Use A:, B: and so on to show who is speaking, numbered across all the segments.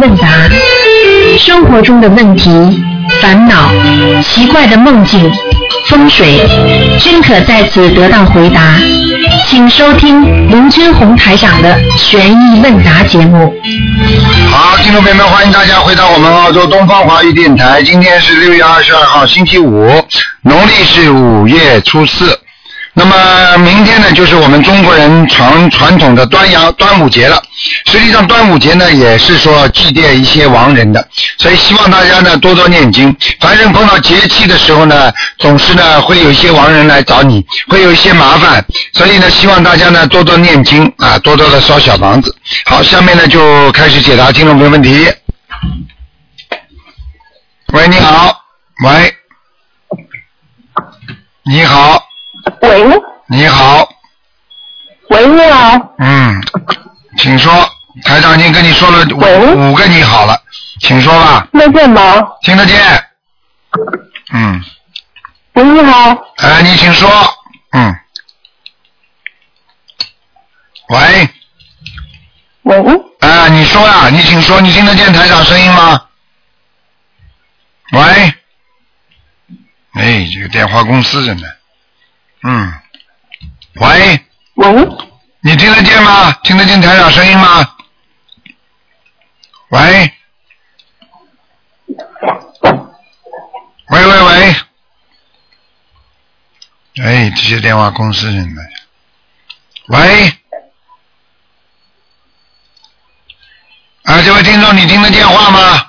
A: 问答，生活中的问题、烦恼、奇怪的梦境、风水，均可在此得到回答。请收听卢军红台长的《悬疑问答》节目。
B: 好，听众朋友们，欢迎大家回到我们澳洲东方华语电台。今天是六月二十二号，星期五，农历是五月初四。那么明天呢，就是我们中国人传传统的端阳端午节了。实际上，端午节呢，也是说祭奠一些亡人的，所以希望大家呢多多念经。凡是碰到节气的时候呢，总是呢会有一些亡人来找你，会有一些麻烦，所以呢，希望大家呢多多念经啊，多多的烧小房子。好，下面呢就开始解答听众朋友问题。喂，你好，喂，你好，
C: 喂，
B: 你好，
C: 喂，你好，
B: 嗯，请说，台长已经跟你说了
C: 喂
B: 五五个你好了，请说吧，
C: 那见吗？
B: 听得见。嗯，
C: 喂，你好，
B: 哎，你请说。嗯。喂，
C: 喂，
B: 哎，你说呀，你请说，你听得见台长声音吗？喂，哎，这个电话公司真的，嗯，喂，
C: 喂，
B: 你听得见吗？听得见台长声音吗？喂，喂喂喂，哎，这些电话公司人的，喂，啊，这位听众，你听得见话吗？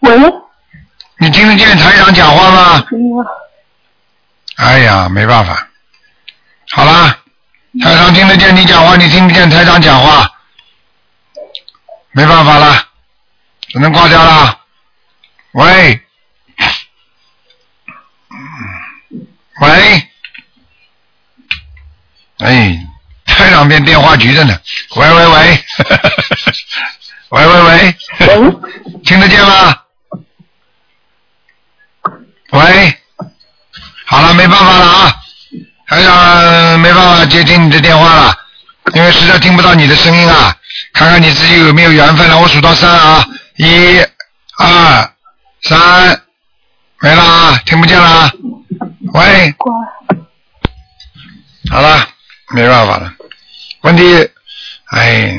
C: 喂，
B: 你听得见台长讲话吗？哎呀，没办法。好啦，台长听得见你讲话，你听不见台长讲话，没办法啦，只能挂掉啦。喂，喂，哎，台长变电话局的呢。喂喂喂， 喂喂喂，
C: 喂，
B: 听得见吗？喂，好了，没办法了啊，台长没办法接听你的电话了，因为实在听不到你的声音啊。看看你自己有没有缘分了，我数到三啊，一、二、三，没了啊，听不见了啊。喂，
C: 挂了。
B: 好了，没办法了。问题，哎，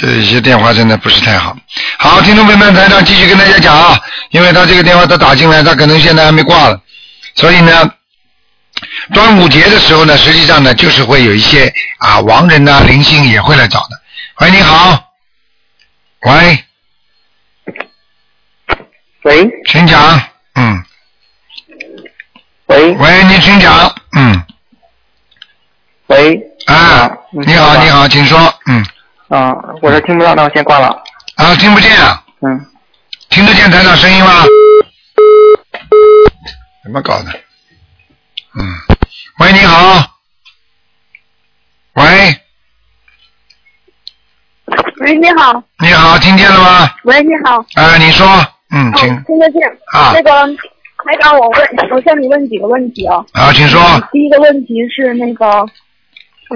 B: 这一些电话真的不是太好。好，听众朋友们，台长继续跟大家讲啊，因为他这个电话他打进来，他可能现在还没挂了，所以呢，端午节的时候呢，实际上呢，就是会有一些啊亡人呐、灵性也会来找的。喂，你好，喂，
C: 喂
B: 请讲，嗯，
C: 喂
B: 喂，你请讲，嗯，
C: 喂，
B: 啊，你好，你好，请说，嗯，
C: 啊，我这听不到，那我先挂了。
B: 啊，听不见啊。
C: 嗯，
B: 听得见台长声音吗？怎么搞的？嗯，喂，你好，喂，
D: 喂，你好，
B: 你好，听见了吗？
D: 喂，你好，
B: 啊、你说，嗯，请
D: 哦，听得见
B: 啊
D: 那个台长，我问，我向你问几个问题啊。
B: 啊，请说，
D: 第一个问题是那个，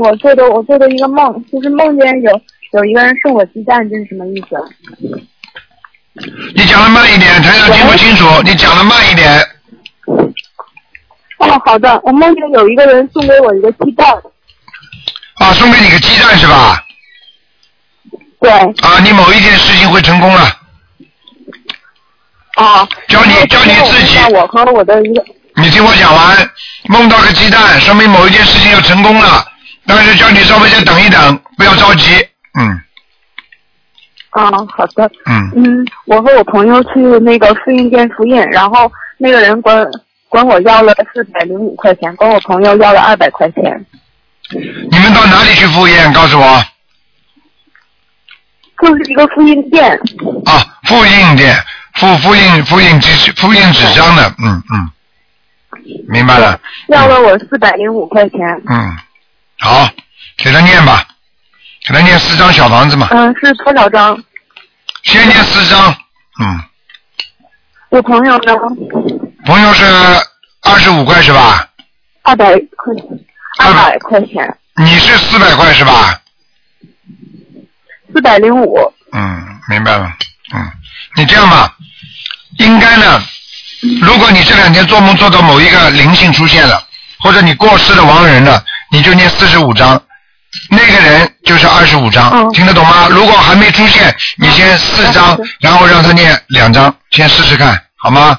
D: 我做的我做的一个梦，就是梦见有有一个人送我鸡蛋，这是什么意思啊？
B: 你讲的慢一点，台长听不清楚，你讲的慢一点。
D: 哦，好的，我梦见有一个人送给我一个鸡蛋，
B: 啊，送给你个鸡蛋是吧？
D: 对，
B: 啊，你某一件事情会成功了，
D: 啊，
B: 教你
D: 然后
B: 教你自己
D: 梦见我和我的一个，
B: 你听我讲完。梦到个鸡蛋，说明某一件事情要成功了，但是叫你稍微再等一等，不要着急。嗯
D: 啊，好的，
B: 嗯。
D: 嗯，我和我朋友去那个复印店复印，然后那个人管管我要了四百零五块钱，管我朋友要了二百块钱。
B: 你们到哪里去赴宴？告诉我
D: 就是一个复印店，
B: 啊，复印店，复复印复印纸复印纸张的，嗯嗯，明白了，
D: 要了我四百零五块钱。
B: 嗯，好，给他念吧，给他念四张小房子嘛，
D: 嗯，是多少张？
B: 先念四张，嗯，
D: 我朋友呢？
B: 朋友是二十五块是吧？
D: 二百块，二百块钱，
B: 你是四百块是吧？
D: 四百零五。
B: 嗯，明白了，嗯，你这样吧，应该呢，如果你这两天做梦做到某一个灵性出现了，或者你过世的亡人了，你就念四十五章，那个人就是二十五章，
D: 哦
B: 听得懂吗？如果还没出现，你先四章
D: 好的，
B: 然后让他念两章，先试试看，好吗？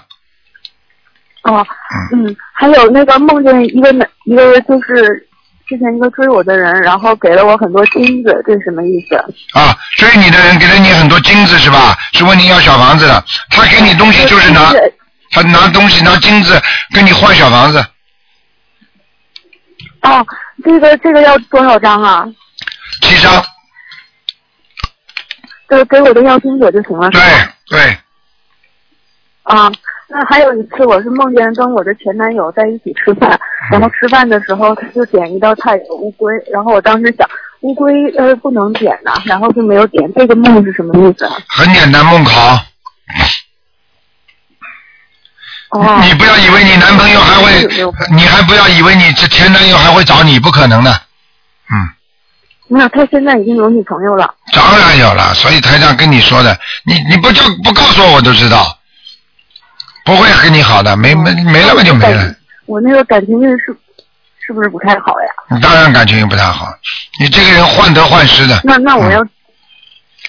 D: 哦，嗯，还有那个梦见一个男，一个就是之前一个追我的人，然后给了我很多金子，这是什么意思？
B: 啊，追你的人给了你很多金子是吧？是问你要小房子的，他给你东西就是拿，
D: 呃
B: 他拿东西拿金子跟你换小房子，
D: 哦，这个这个要多少张啊？
B: 七张，
D: 就是给我的要经者就行了，是
B: 对
D: 吧？
B: 对，
D: 啊，那还有一次，我是梦见跟我的前男友在一起吃
B: 嗯
D: 饭，然后吃饭的时候他就点一道菜有乌龟，然后我当时想乌龟呃不能点呐、然后就没有点。这个梦是什么意思啊？
B: 很简单，梦考。
D: 哦，
B: 你不要以为你男朋友还会
D: 有没有办，
B: 你还不要以为你这前男友还会找你，不可能的。嗯，
D: 那他现在已经有女朋友了。
B: 当然有了，所以台长跟你说的，你你不叫不告诉我，我都知道，不会跟你好的，没没没了嘛就没了。
D: 我哦那个感情运是是不是不太好呀？
B: 你当然感情又不太好，你这个人患得患失的，
D: 那那我要、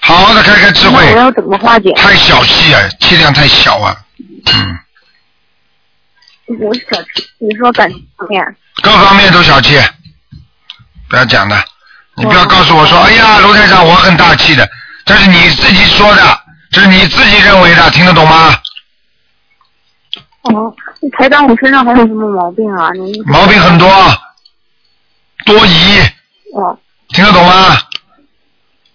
B: 好好的开开嗯智
D: 那我
B: 慧，
D: 要怎么化解？
B: 太小气啊，气量太小啊，嗯，
D: 我想你说感情方面，
B: 各方面都小气，不要讲的，你不要
D: 哦
B: 告诉我说，哎呀，卢台长我很大气的，这是你自己说的，这是你自己认为的，听得懂吗？
D: 哦，台长，我身上还有什么毛病啊？您
B: 毛病很多，多疑，
D: 哦
B: 听得懂吗？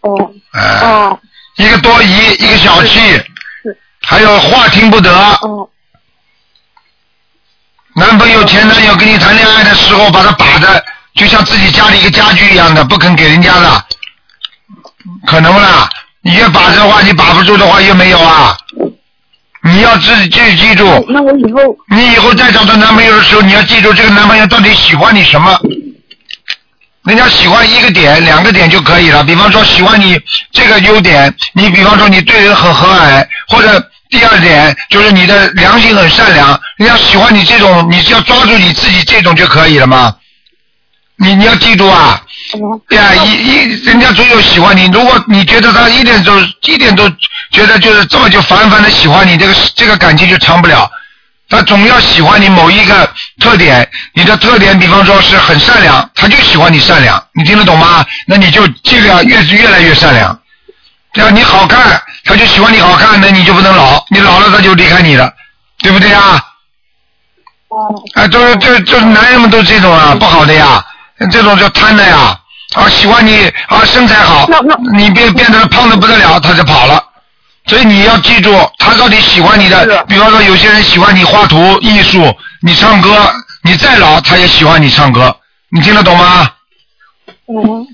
D: 哦
B: 哎、
D: 哦
B: 一个多疑，一个小气
D: 是，
B: 还有话听不得，
D: 哦
B: 男朋友、前男友跟你谈恋爱的时候，把他把的就像自己家里一个家具一样的，不肯给人家的，可能不啦？你越把着的话，你把不住的话，越没有啊。你要自己记住，
D: 那我以后
B: 你以后再找到男朋友的时候，你要记住这个男朋友到底喜欢你什么。人家喜欢一个点、两个点就可以了。比方说喜欢你这个优点，你比方说你对人很和蔼，或者第二点就是你的良心很善良，人家喜欢你这种，你只要抓住你自己这种就可以了嘛。你你要记住啊，
D: 哦
B: 对啊，一一人家总有喜欢你，如果你觉得他一点都一点都觉得就是这么就反反的喜欢你，这个这个感情就长不了。他总要喜欢你某一个特点，你的特点，比方说是很善良，他就喜欢你善良，你听得懂吗？那你就尽量越越来越善良。对啊，你好看，他就喜欢你好看，那你就不能老，你老了他就离开你了，对不对啊？
D: 哦
B: 啊，都是这这男人们都这种啊，不好的呀，这种叫贪的呀，啊，喜欢你啊身材好
D: 那那，
B: 你变变得胖的不得了，他就跑了。所以你要记住，他到底喜欢你的
D: 是，
B: 比方说有些人喜欢你画图、艺术，你唱歌，你再老他也喜欢你唱歌，你听得懂吗？
D: 哦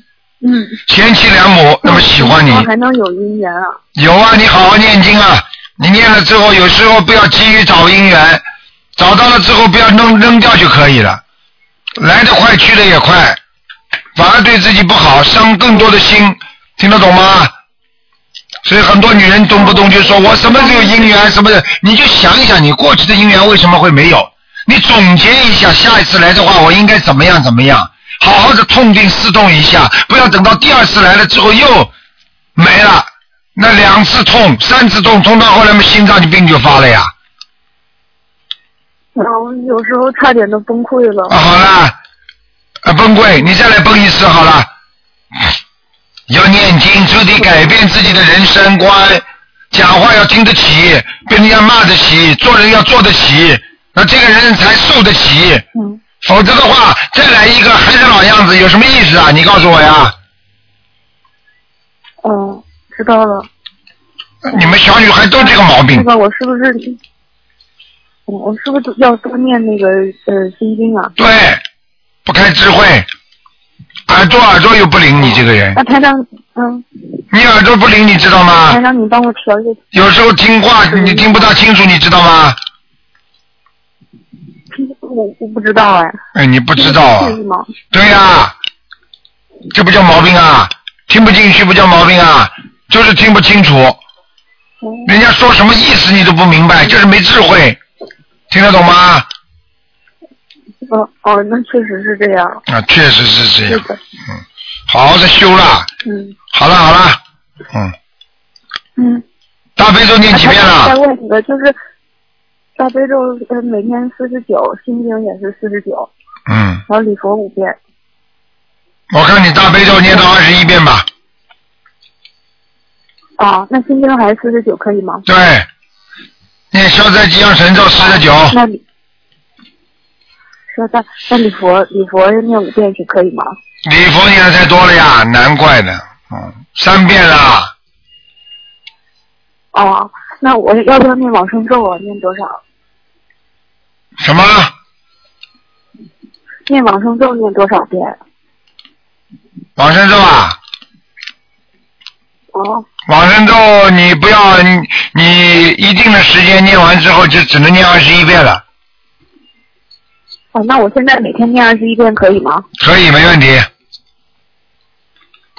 D: 嗯，
B: 贤妻良母那么喜欢你
D: 那，还能有姻缘啊？
B: 有啊，你好好念经啊！你念了之后，有时候不要急于找姻缘，找到了之后不要扔扔掉就可以了。来得快，去得也快，反而对自己不好，伤更多的心，听得懂吗？所以很多女人动不动就说我什么时候有姻缘什么的，你就想一想你过去的姻缘为什么会没有，你总结一下，下一次来的话我应该怎么样怎么样，好好的痛定思痛一下，不要等到第二次来了之后又没了，那两次痛、三次痛，痛到后来嘛心脏就病就发了呀。
D: 然后有时候差点都崩溃了。
B: 啊，好了，啊崩溃，你再来崩一次好了。要念经，彻底改变自己的人生观，讲话要听得起，被人家骂得起，做人要做得起，那这个人才受得起。
D: 嗯，
B: 否则的话，再来一个还是老样子，有什么意思啊？你告诉我呀。
D: 哦，知道了。
B: 你们小女孩都这个毛病
D: 那，个我是不是我我是不是要多念那个呃心经啊？
B: 对，不开智慧，耳朵耳朵又不灵，你这个人，
D: 那台长，嗯，
B: 你耳朵不灵，你知道吗？
D: 台长，你帮我调一个，
B: 有时候听话你听不大清楚，你知道吗？
D: 我我不知道哎，
B: 哎，你不知道啊
D: 这个？是吗？
B: 对呀、这不叫毛病啊，听不进去不叫毛病啊，就是听不清楚，
D: 嗯
B: 人家说什么意思你都不明白，就是没智慧，听得懂吗？
D: 嗯、哦，那确实是这样，
B: 啊，确实是这
D: 是
B: 样，
D: 的，
B: 好好的修啦。
D: 嗯
B: 好了好了，嗯，
D: 嗯。
B: 大悲咒念几啊遍
D: 再
B: 了？
D: 问几个，就是大悲咒，呃，每天四十九，心经也是四十九，
B: 嗯，
D: 然后礼佛五遍，
B: 我看你大悲咒念到二十一遍吧。
D: 啊，那心经还是四十九可以吗？
B: 对，念消灾吉祥神咒四十九，
D: 那你说那那礼佛礼佛念五遍是可以吗？
B: 礼佛念的太多了呀，难怪的，嗯，三遍啦，
D: 哦，那我要不要念往生咒啊？念多少？
B: 什么？
D: 念往生咒念多少遍？啊
B: 往生咒啊？
D: 哦，
B: 往生咒你不要，你你一定的时间念完之后就只能念二十一遍了，
D: 哦，那我现在每天念二十一遍可以吗？
B: 可以没问题。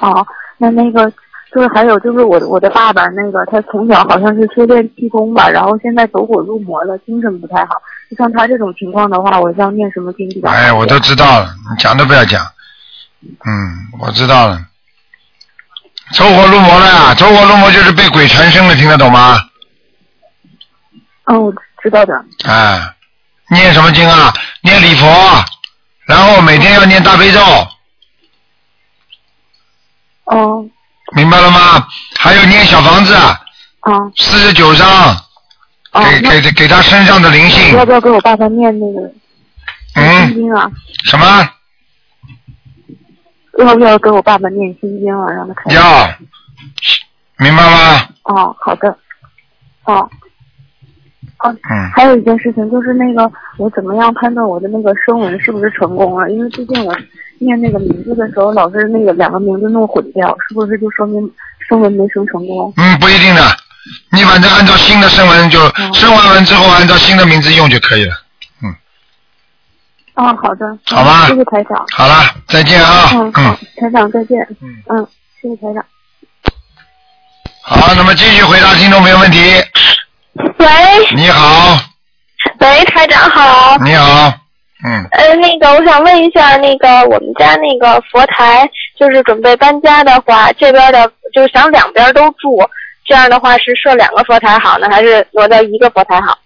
D: 哦，那那个就是还有就是我的我的爸爸那个他从小好像是修炼气功吧，然后现在走火入魔了，精神不太好。就像他这种情况的话，我像念什么经比较好一点？
B: 哎，我都知道了，你讲都不要讲。嗯，我知道了。走火入魔了呀！走火入魔就是被鬼缠身了，听得懂吗？
D: 嗯，我知道的。
B: 啊，念什么经啊？念礼佛，然后每天要念大悲咒，
D: 哦，
B: 明白了吗？还有念小房子
D: 啊、
B: 四十九章，
D: 哦，
B: 给
D: 那
B: 给给他身上的灵性
D: 要，不要给我爸爸念那个心
B: 嗯，
D: 经啊？
B: 什么
D: 要不要给我爸爸念心经啊？让他看。
B: 要，明白吗？
D: 哦，好的。哦。哦，
B: 嗯，
D: 还有一件事情就是那个，我怎么样判断我的那个声纹是不是成功了？因为最近我念那个名字的时候，老是那个两个名字弄混掉，是不是就说明声纹没生成功？
B: 嗯，不一定的，你反正按照新的声纹就生完文之后按照新的名字用就可以了。
D: 哦，好的，
B: 好吧
D: 谢谢台长，
B: 好了，再见啊。
D: 嗯，好，台长再见，
B: 嗯
D: 嗯，谢谢台长。
B: 好，那么继续回答听众朋友问题。
E: 喂
B: 你好，
E: 喂，台长好。
B: 你好，嗯，
E: 呃，那个我想问一下，那个我们家那个佛台，就是准备搬家的话，这边的就是想两边都住，这样的话是设两个佛台好呢，还是挪到一个佛台好？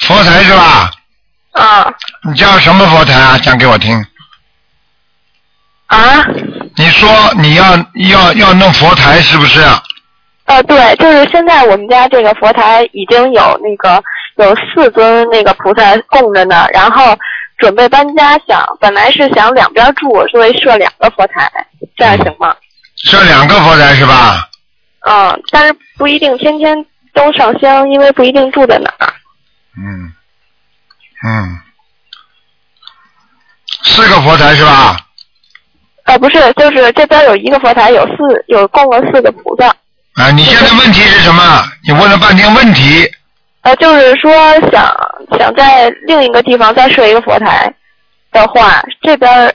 B: 佛台是吧？
E: 啊
B: 你叫什么佛台啊？讲给我听。
E: 啊，
B: 你说你要要要弄佛台是不是？啊
E: 呃，对，就是现在我们家这个佛台已经有那个有四尊那个菩萨供着呢，然后准备搬家想，本来是想两边住，所以设两个佛台，这样行吗？
B: 设两个佛台是吧？
E: 嗯，但是不一定天天都上香，因为不一定住在哪儿。
B: 嗯，嗯，四个佛台是吧？
E: 呃，不是，就是这边有一个佛台，有四有供了四个菩萨。
B: 啊，你现在问题是什么？你问了半天问题，
E: 呃，就是说想想在另一个地方再设一个佛台的话，这边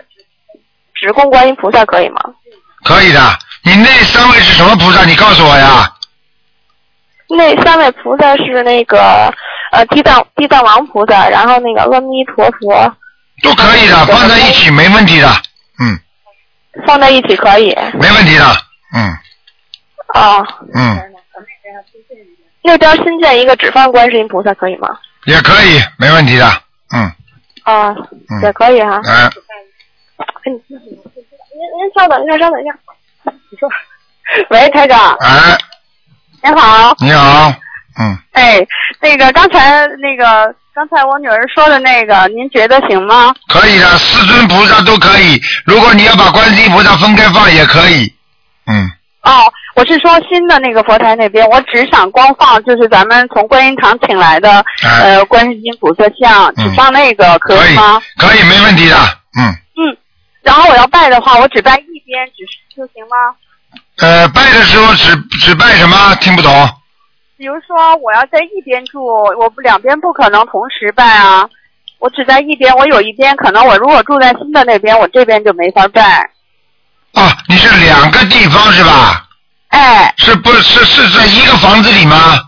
E: 只供观音菩萨可以吗？
B: 可以的。你那三位是什么菩萨？你告诉我呀。
E: 那三位菩萨是那个呃地藏地藏王菩萨，然后那个阿弥陀佛
B: 都可以的，放在一起没问题的，嗯，
E: 放在一起可以。
B: 没问题的，嗯
E: 啊、
B: 嗯，
E: 那边新建一个只放观世音菩萨可以吗？
B: 也可以，没问题的，嗯
E: 啊、也
B: 嗯，
E: 可以哈、
B: 哎，
E: 您您稍等一下，稍等一下。你说，喂，台长，
B: 哎，
E: 您好。
B: 你好，嗯，
E: 哎，那个刚才那个刚才我女儿说的那个，您觉得行吗？
B: 可以的，四尊菩萨都可以，如果你要把观世音菩萨分开放也可以，嗯，
E: 哦，我是说新的那个佛台那边，我只想光放就是咱们从观音堂请来的
B: 哎，
E: 呃观世音菩萨像，只
B: 嗯
E: 放那个可
B: 可
E: 以
B: 以
E: 吗？，
B: 可以，没问题的，嗯，
E: 嗯，然后我要拜的话，我只拜一边，只是就行吗？
B: 呃，拜的时候只只拜什么？听不懂，
E: 比如说我要在一边住，我不两边不可能同时拜啊。我只在一边，我有一边，可能我如果住在新的那边，我这边就没法拜。
B: 哦，你是两个地方是吧？
F: 哎，
B: 是不是是在一个房子里吗？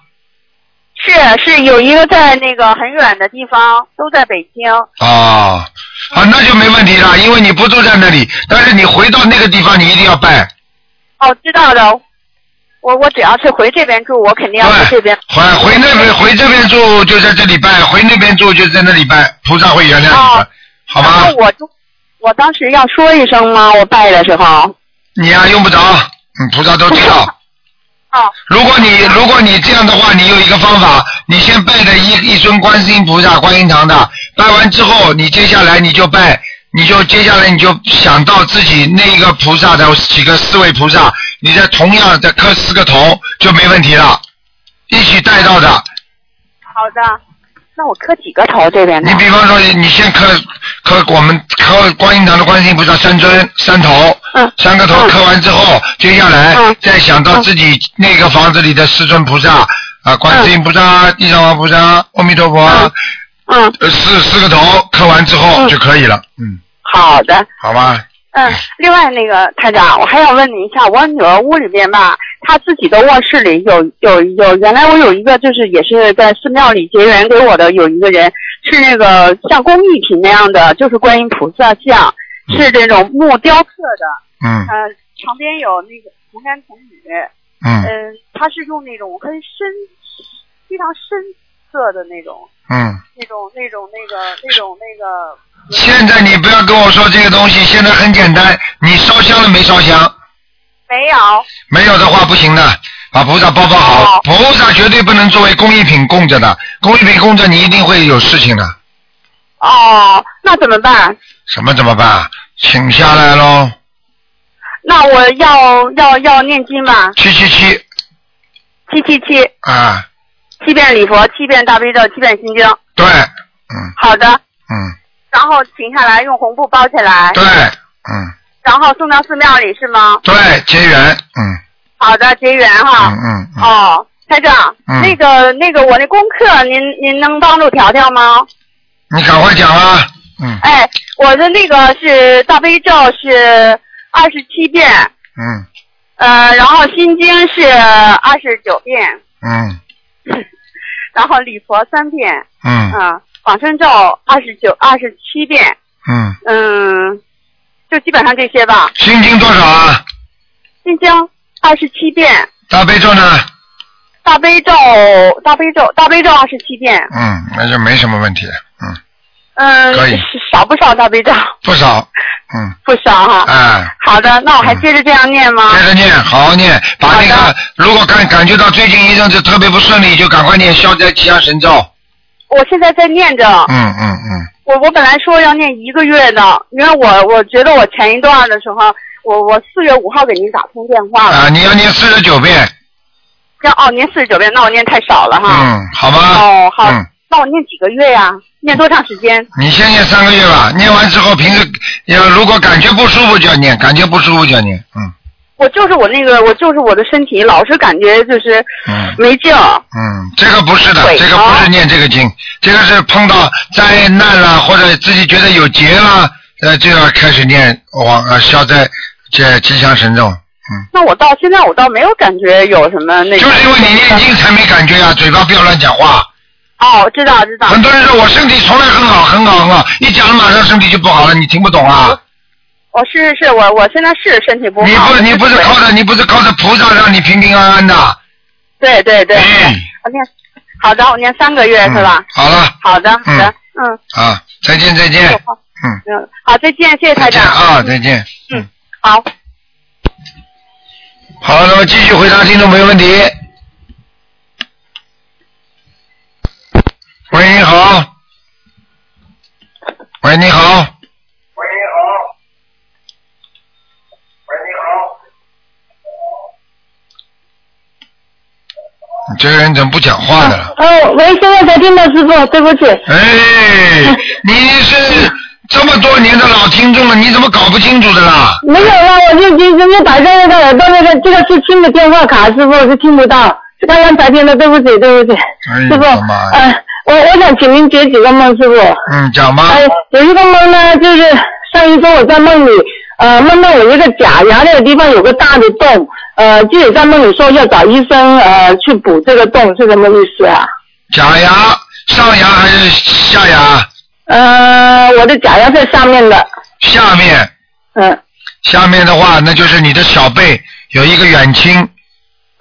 F: 是是有一个在那个很远的地方，都在北京。
B: 啊、啊，那就没问题了，因为你不住在那里，但是你回到那个地方，你一定要拜。
F: 哦，知道的。我我只要是回这边住，我肯定要去这边。
B: 回回那边回这边住就在这里拜，回那边住就在那里拜，菩萨会原谅你的，
F: 哦
B: 好
F: 然
B: 吗
F: 后？我就我当时要说一声吗？我拜的时候。
B: 你呀、用不着，嗯，菩萨都知道。
F: 哦
B: 如果你如果你这样的话，你有一个方法，你先拜的一一尊观世音菩萨、观音堂的，拜完之后，你接下来你就拜，你就接下来你就想到自己那个菩萨的几个四位菩萨，你再同样再磕四个头就没问题了，一起带到的。
F: 嗯好的，那我磕几个头这边的
B: 你？比方说，你先磕磕我们磕观音堂的观世音菩萨三尊三头，
F: 嗯
B: 三个头
F: 嗯
B: 磕完之后，接下来、
F: 嗯
B: 再想到自己那个房子里的四尊菩萨啊，观世音菩萨、地藏王菩萨、阿弥陀佛，
F: 嗯嗯，
B: 呃四四个头磕完之后
F: 嗯
B: 就可以了，嗯，
F: 好的。
B: 好吧，
F: 嗯，另外那个台长，我还要问你一下，我女儿屋里边吧，她自己的卧室里有有有，原来我有一个就是也是在寺庙里结缘给我的有一个人，是那个像工艺品那样的，就是观音菩萨像，是这种木雕刻的，
B: 嗯
F: 呃，旁边有那个童男童女，嗯、
B: 嗯
F: 它是用那种很深非常深色的那种
B: 嗯。
F: 那种那种那个那种那个，
B: 现在你不要跟我说这个东西，现在很简单，你烧香了没烧香？
F: 没有，
B: 没有的话不行的，把菩萨包包好
F: 好，
B: 菩萨绝对不能作为工艺品供着的，工艺品供着你一定会有事情的，
F: 哦，那怎么办？
B: 什么怎么办？请下来喽，
F: 那我要要要念经吧，
B: 七七七
F: 七七七，
B: 啊，
F: 七遍礼佛，七遍大悲咒，七遍心经。
B: 对，嗯
F: 好的，
B: 嗯，
F: 然后停下来，用红布包起来，
B: 对，嗯
F: 然后送到寺庙里是吗？
B: 对，结缘，嗯
F: 好的，结缘哈。
B: 嗯嗯嗯，
F: 哦，台长，
B: 嗯
F: 那个那个，我那功课您您能帮助调调吗？
B: 你赶快讲啊，嗯
F: 哎，我的那个是大悲咒是二十七遍，
B: 嗯
F: 呃，然后心经是二十九遍，
B: 嗯
F: 然后礼佛三遍。
B: 嗯
F: 嗯，仿生咒二十九、二十七遍，
B: 嗯，
F: 嗯，就基本上这些吧。
B: 心经多少啊？
F: 心经二十七遍，
B: 大悲咒呢？
F: 大悲咒、大悲咒、大悲咒二十七遍，
B: 嗯，那就没什么问题，嗯，
F: 嗯
B: 可以，
F: 少不少 大悲咒？
B: 不少，嗯，
F: 不少哈。
B: 哎。嗯
F: 好的，那我还接着这样念吗？
B: 接着念，好好念，把那
F: 好
B: 个如果感感觉到最近一阵子特别不顺利，就赶快念消灾吉祥神咒。
F: 我现在在念着，
B: 嗯嗯嗯，
F: 我我本来说要念一个月的，因为我我觉得我前一段的时候，我我四月五号给您打通电话了，
B: 啊，你要念四十九遍，
F: 要哦念四十九遍，那我念太少了哈。
B: 嗯，好吗？
F: 哦，好，
B: 嗯，
F: 那我念几个月呀、念多长时间？
B: 你先念三个月吧，念完之后平时要如果感觉不舒服就要念，感觉不舒服就要念，嗯
F: 我就是我那个，我就是我的身体老是感觉就是
B: 嗯
F: 没劲儿。
B: 嗯，这个不是的，
F: 对哦
B: 这个不是念这个经，这个是碰到灾难啦或者自己觉得有劫啦，呃就要开始念往呃消灾这吉祥神咒，嗯。
F: 那我到现在我倒没有感觉有什么那个。
B: 就是因为你念经才没感觉呀、嘴巴不要乱讲话。
F: 哦，知道知道。
B: 很多人说我身体从来很好，很好，很好，一讲了马上身体就不好了，你听不懂啊？
F: 我哦是是我我现在是身体不
B: 你
F: 好。
B: 不你不是靠着你不是靠着菩萨让你平平安安的？
F: 对对对。
B: 嗯
F: 我念好的，我念三个月、是吧
B: 嗯？好了
F: 好的好的，嗯
B: 啊，再见再见，嗯，
F: 嗯，好，再见，谢谢台
B: 再见
F: 长。
B: 啊，再见。
F: 好。
B: 好，那么继续回答听众朋友问题。喂，你好。喂，
G: 喂，
B: 你好。
G: 你好。喂，你好。
B: 你这个人怎么不讲话的了？
E: 哦，喂，现在才听到师傅，对不起。
B: 哎，你是这么多年的老听众了，你怎么搞不清楚的啦？
E: 没有啦，我就今今天打开那个耳朵那个，这个是新的电话卡，师傅是听不到，刚刚才听的，对不起，对不起，
B: 哎
E: 师
B: 呦我
E: 傅，
B: 的妈呀！
E: 呃，我我想请您解几个梦，师傅。
B: 嗯，讲吧。
E: 呃，有一个梦呢，就是上一周我在梦里，呃，梦到有一个假牙那个地方有个大的洞，
H: 呃，就有在梦里说要找医生呃去补这个洞，是什么意思啊？
B: 假牙、上牙还是下牙？
H: 呃，我的假牙在上面的，
B: 下面，
H: 嗯、
B: 下面的话，那就是你的小背有一个远亲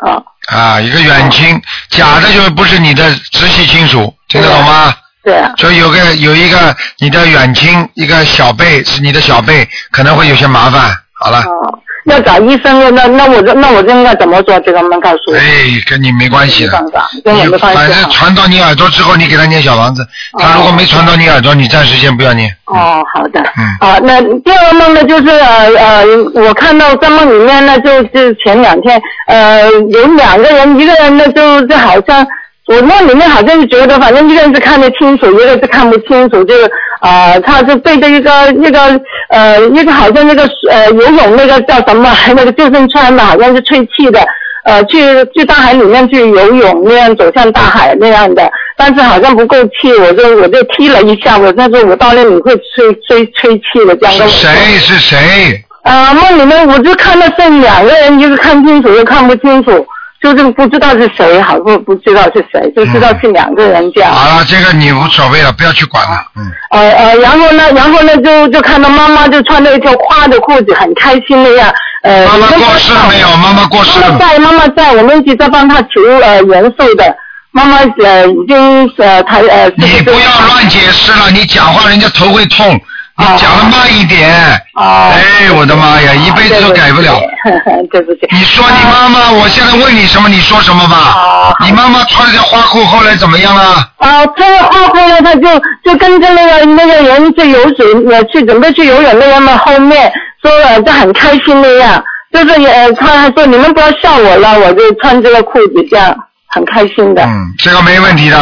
H: 哦，
B: 啊，一个远亲，假的就是不是你的直系亲属，听得懂吗？
H: 对啊，
B: 所以有个有一个你的远亲，一个小辈是你的小辈，可能会有些麻烦。好了，
H: 哦，要找医生的，那那我这那我这应该怎么做？这个能告诉我？
B: 哎，跟你没关系
H: 没
B: 的
H: 办。法，跟我没关
B: 反
H: 系
B: 正
H: 啊。
B: 传到你耳朵之后，你给他念小房子。他如果没传到你耳朵，你暂时先不要念。
H: 哦，好的。
B: 嗯
H: 好，那第二个梦呢，就是呃呃，我看到在梦里面呢，就就前两天呃有两个人，一个人呢就就好像我梦里面好像是觉得，反正一个人是看得清楚，一个是看不清楚，就是呃，他就对着一个一个呃一个好像那个呃游泳那个叫什么那个救生圈吧，好像是吹气的。呃，去去大海里面去游泳那样走向大海那样的，但是好像不够气，我就我就踢了一下，我那时候我到那里会吹吹吹气的这样跟
B: 是
H: 我说。
B: 谁是谁？
H: 啊、梦里面我就看到是两个人，一个看清楚，一个看不清楚，就是不知道是谁，好不不知道是谁，就知道是两个人这样。
B: 嗯好了，这个你无所谓了，不要去管了。嗯，
H: 呃呃，然后呢，然后呢，就就看到妈妈就穿着一条花的裤子，很开心那样。呃，
B: 妈妈
H: 跟她
B: 过世了没有？妈妈过世
H: 妈
B: 了
H: 妈
B: 吗。
H: 在，妈妈在，我们一直在帮她求呃元素的。妈妈呃已经呃她呃是
B: 你
H: 是
B: 不要乱解释了，你讲话人家头会痛。你
H: 哦
B: 讲的慢一点。
H: 哦
B: 哎，我的妈呀，一辈子都改不了。
H: 对不起，
B: 你说你妈妈，我现在问你什么，你说什么吧
H: 哦。
B: 你妈妈穿了条花裤，后来怎么样了？
H: 啊，这个花姑呢，他就就跟着那个那个人去游水，呃，去准备去游泳那个嘛，后面说呃，就很开心那样，就是也呃，他还说你们不要笑我了，我就穿这个裤子这样，很开心的，
B: 嗯，这个没问题的。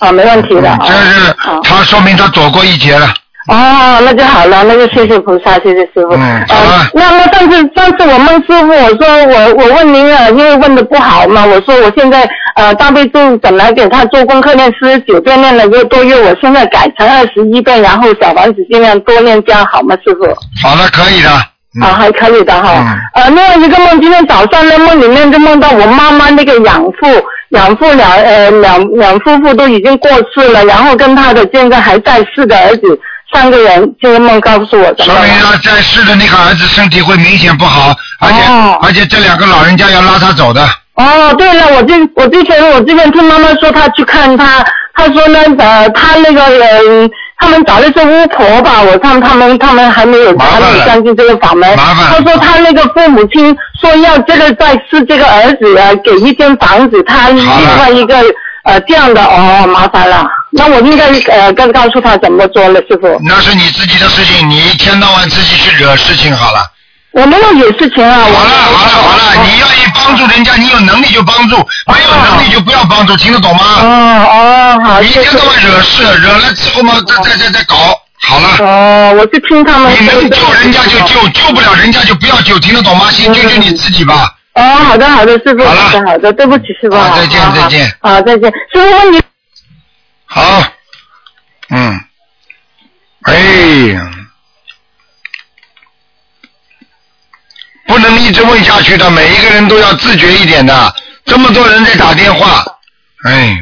H: 啊，没问题的，
B: 嗯，
H: 啊
B: 这是
H: 啊
B: 他说明他躲过一劫了。
H: 哦，那就好了，那就谢谢菩萨，谢谢师傅。
B: 嗯好了
H: 呃，那那上次上次我问师傅，我说我我问您啊，因为问的不好嘛，我说我现在呃大悲咒本来给他做功课念四十九遍，念了一个多月，我现在改成二十一遍，然后小房子尽量多念这样好吗，师傅？
B: 好了，可以的。嗯
H: 啊，还可以的哈。呃，另外一个梦，今天早上呢，梦里面就梦到我妈妈那个养父，养父两呃两两夫妇都已经过世了，然后跟他的现在还在世的儿子三个人，这个梦告诉我什么
B: 说明
H: 了？
B: 他在世的那个儿子身体会明显不好，而且、
H: 哦
B: 而且这两个老人家要拉他走的。
H: 哦，对了，我之我之前我之前听妈妈说她去看他，她说呢呃她那个人。他们找的是巫婆吧，我看他们他们还没有
B: 麻
H: 还
B: 烦
H: 没
B: 了
H: 有相信这个法门。
B: 麻烦了
H: 他说他那个父母亲说要这个在世这个儿子啊，给一间房子，他另
B: 好了
H: 外一个呃这样的哦，麻烦了。那我应该呃该告诉他怎么做了，师傅。
B: 那是你自己的事情，你一天到晚自己去惹事情好了。
H: 我没有有事情啊，
B: 好
H: 我
B: 了好了好了，你愿意帮助人家，你有能力就帮助，没有能力就不要帮助，听得懂
H: 哦
B: 吗？
H: 哦好，
B: 你一
H: 谢
B: 天
H: 谢
B: 到。晚惹事，惹了之后嘛，再再再再搞。好了，
H: 哦，我是听他们
B: 你
H: 说
B: 能
H: 的
B: 救人家就救，救不了人家就不要救，听得懂吗？先救救你自己吧。
H: 哦，好的好的，师傅，
B: 好了
H: 好的好的，对不起师傅，
B: 好
H: 好
B: 再见
H: 嗯好好
B: 再见
H: 好再见，师傅问你，
B: 好，嗯，哎，不能一直问下去的，每一个人都要自觉一点的。这么多人在打电话，哎，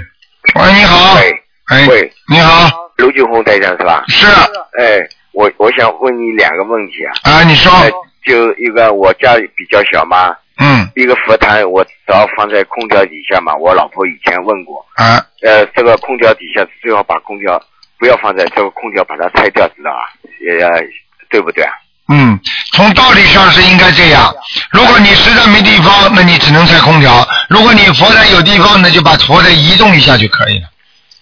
B: 喂，你好，
I: 喂
B: 哎
I: 喂，
B: 你好，
I: 卢俊宏台长是吧？
B: 是
I: 哎，我我想问你两个问题啊。
B: 啊，你说，
I: 哎，就一个我家比较小嘛，
B: 嗯，
I: 一个佛坛我只要放在空调底下嘛。我老婆以前问过，
B: 啊，
I: 呃，这个空调底下最好把空调不要放在这个空调把它拆掉，知道吧？也、呃、对不对啊？
B: 嗯，从道理上是应该这样。如果你实在没地方，那你只能拆空调；如果你佛台有地方，那就把佛台移动一下就可以了，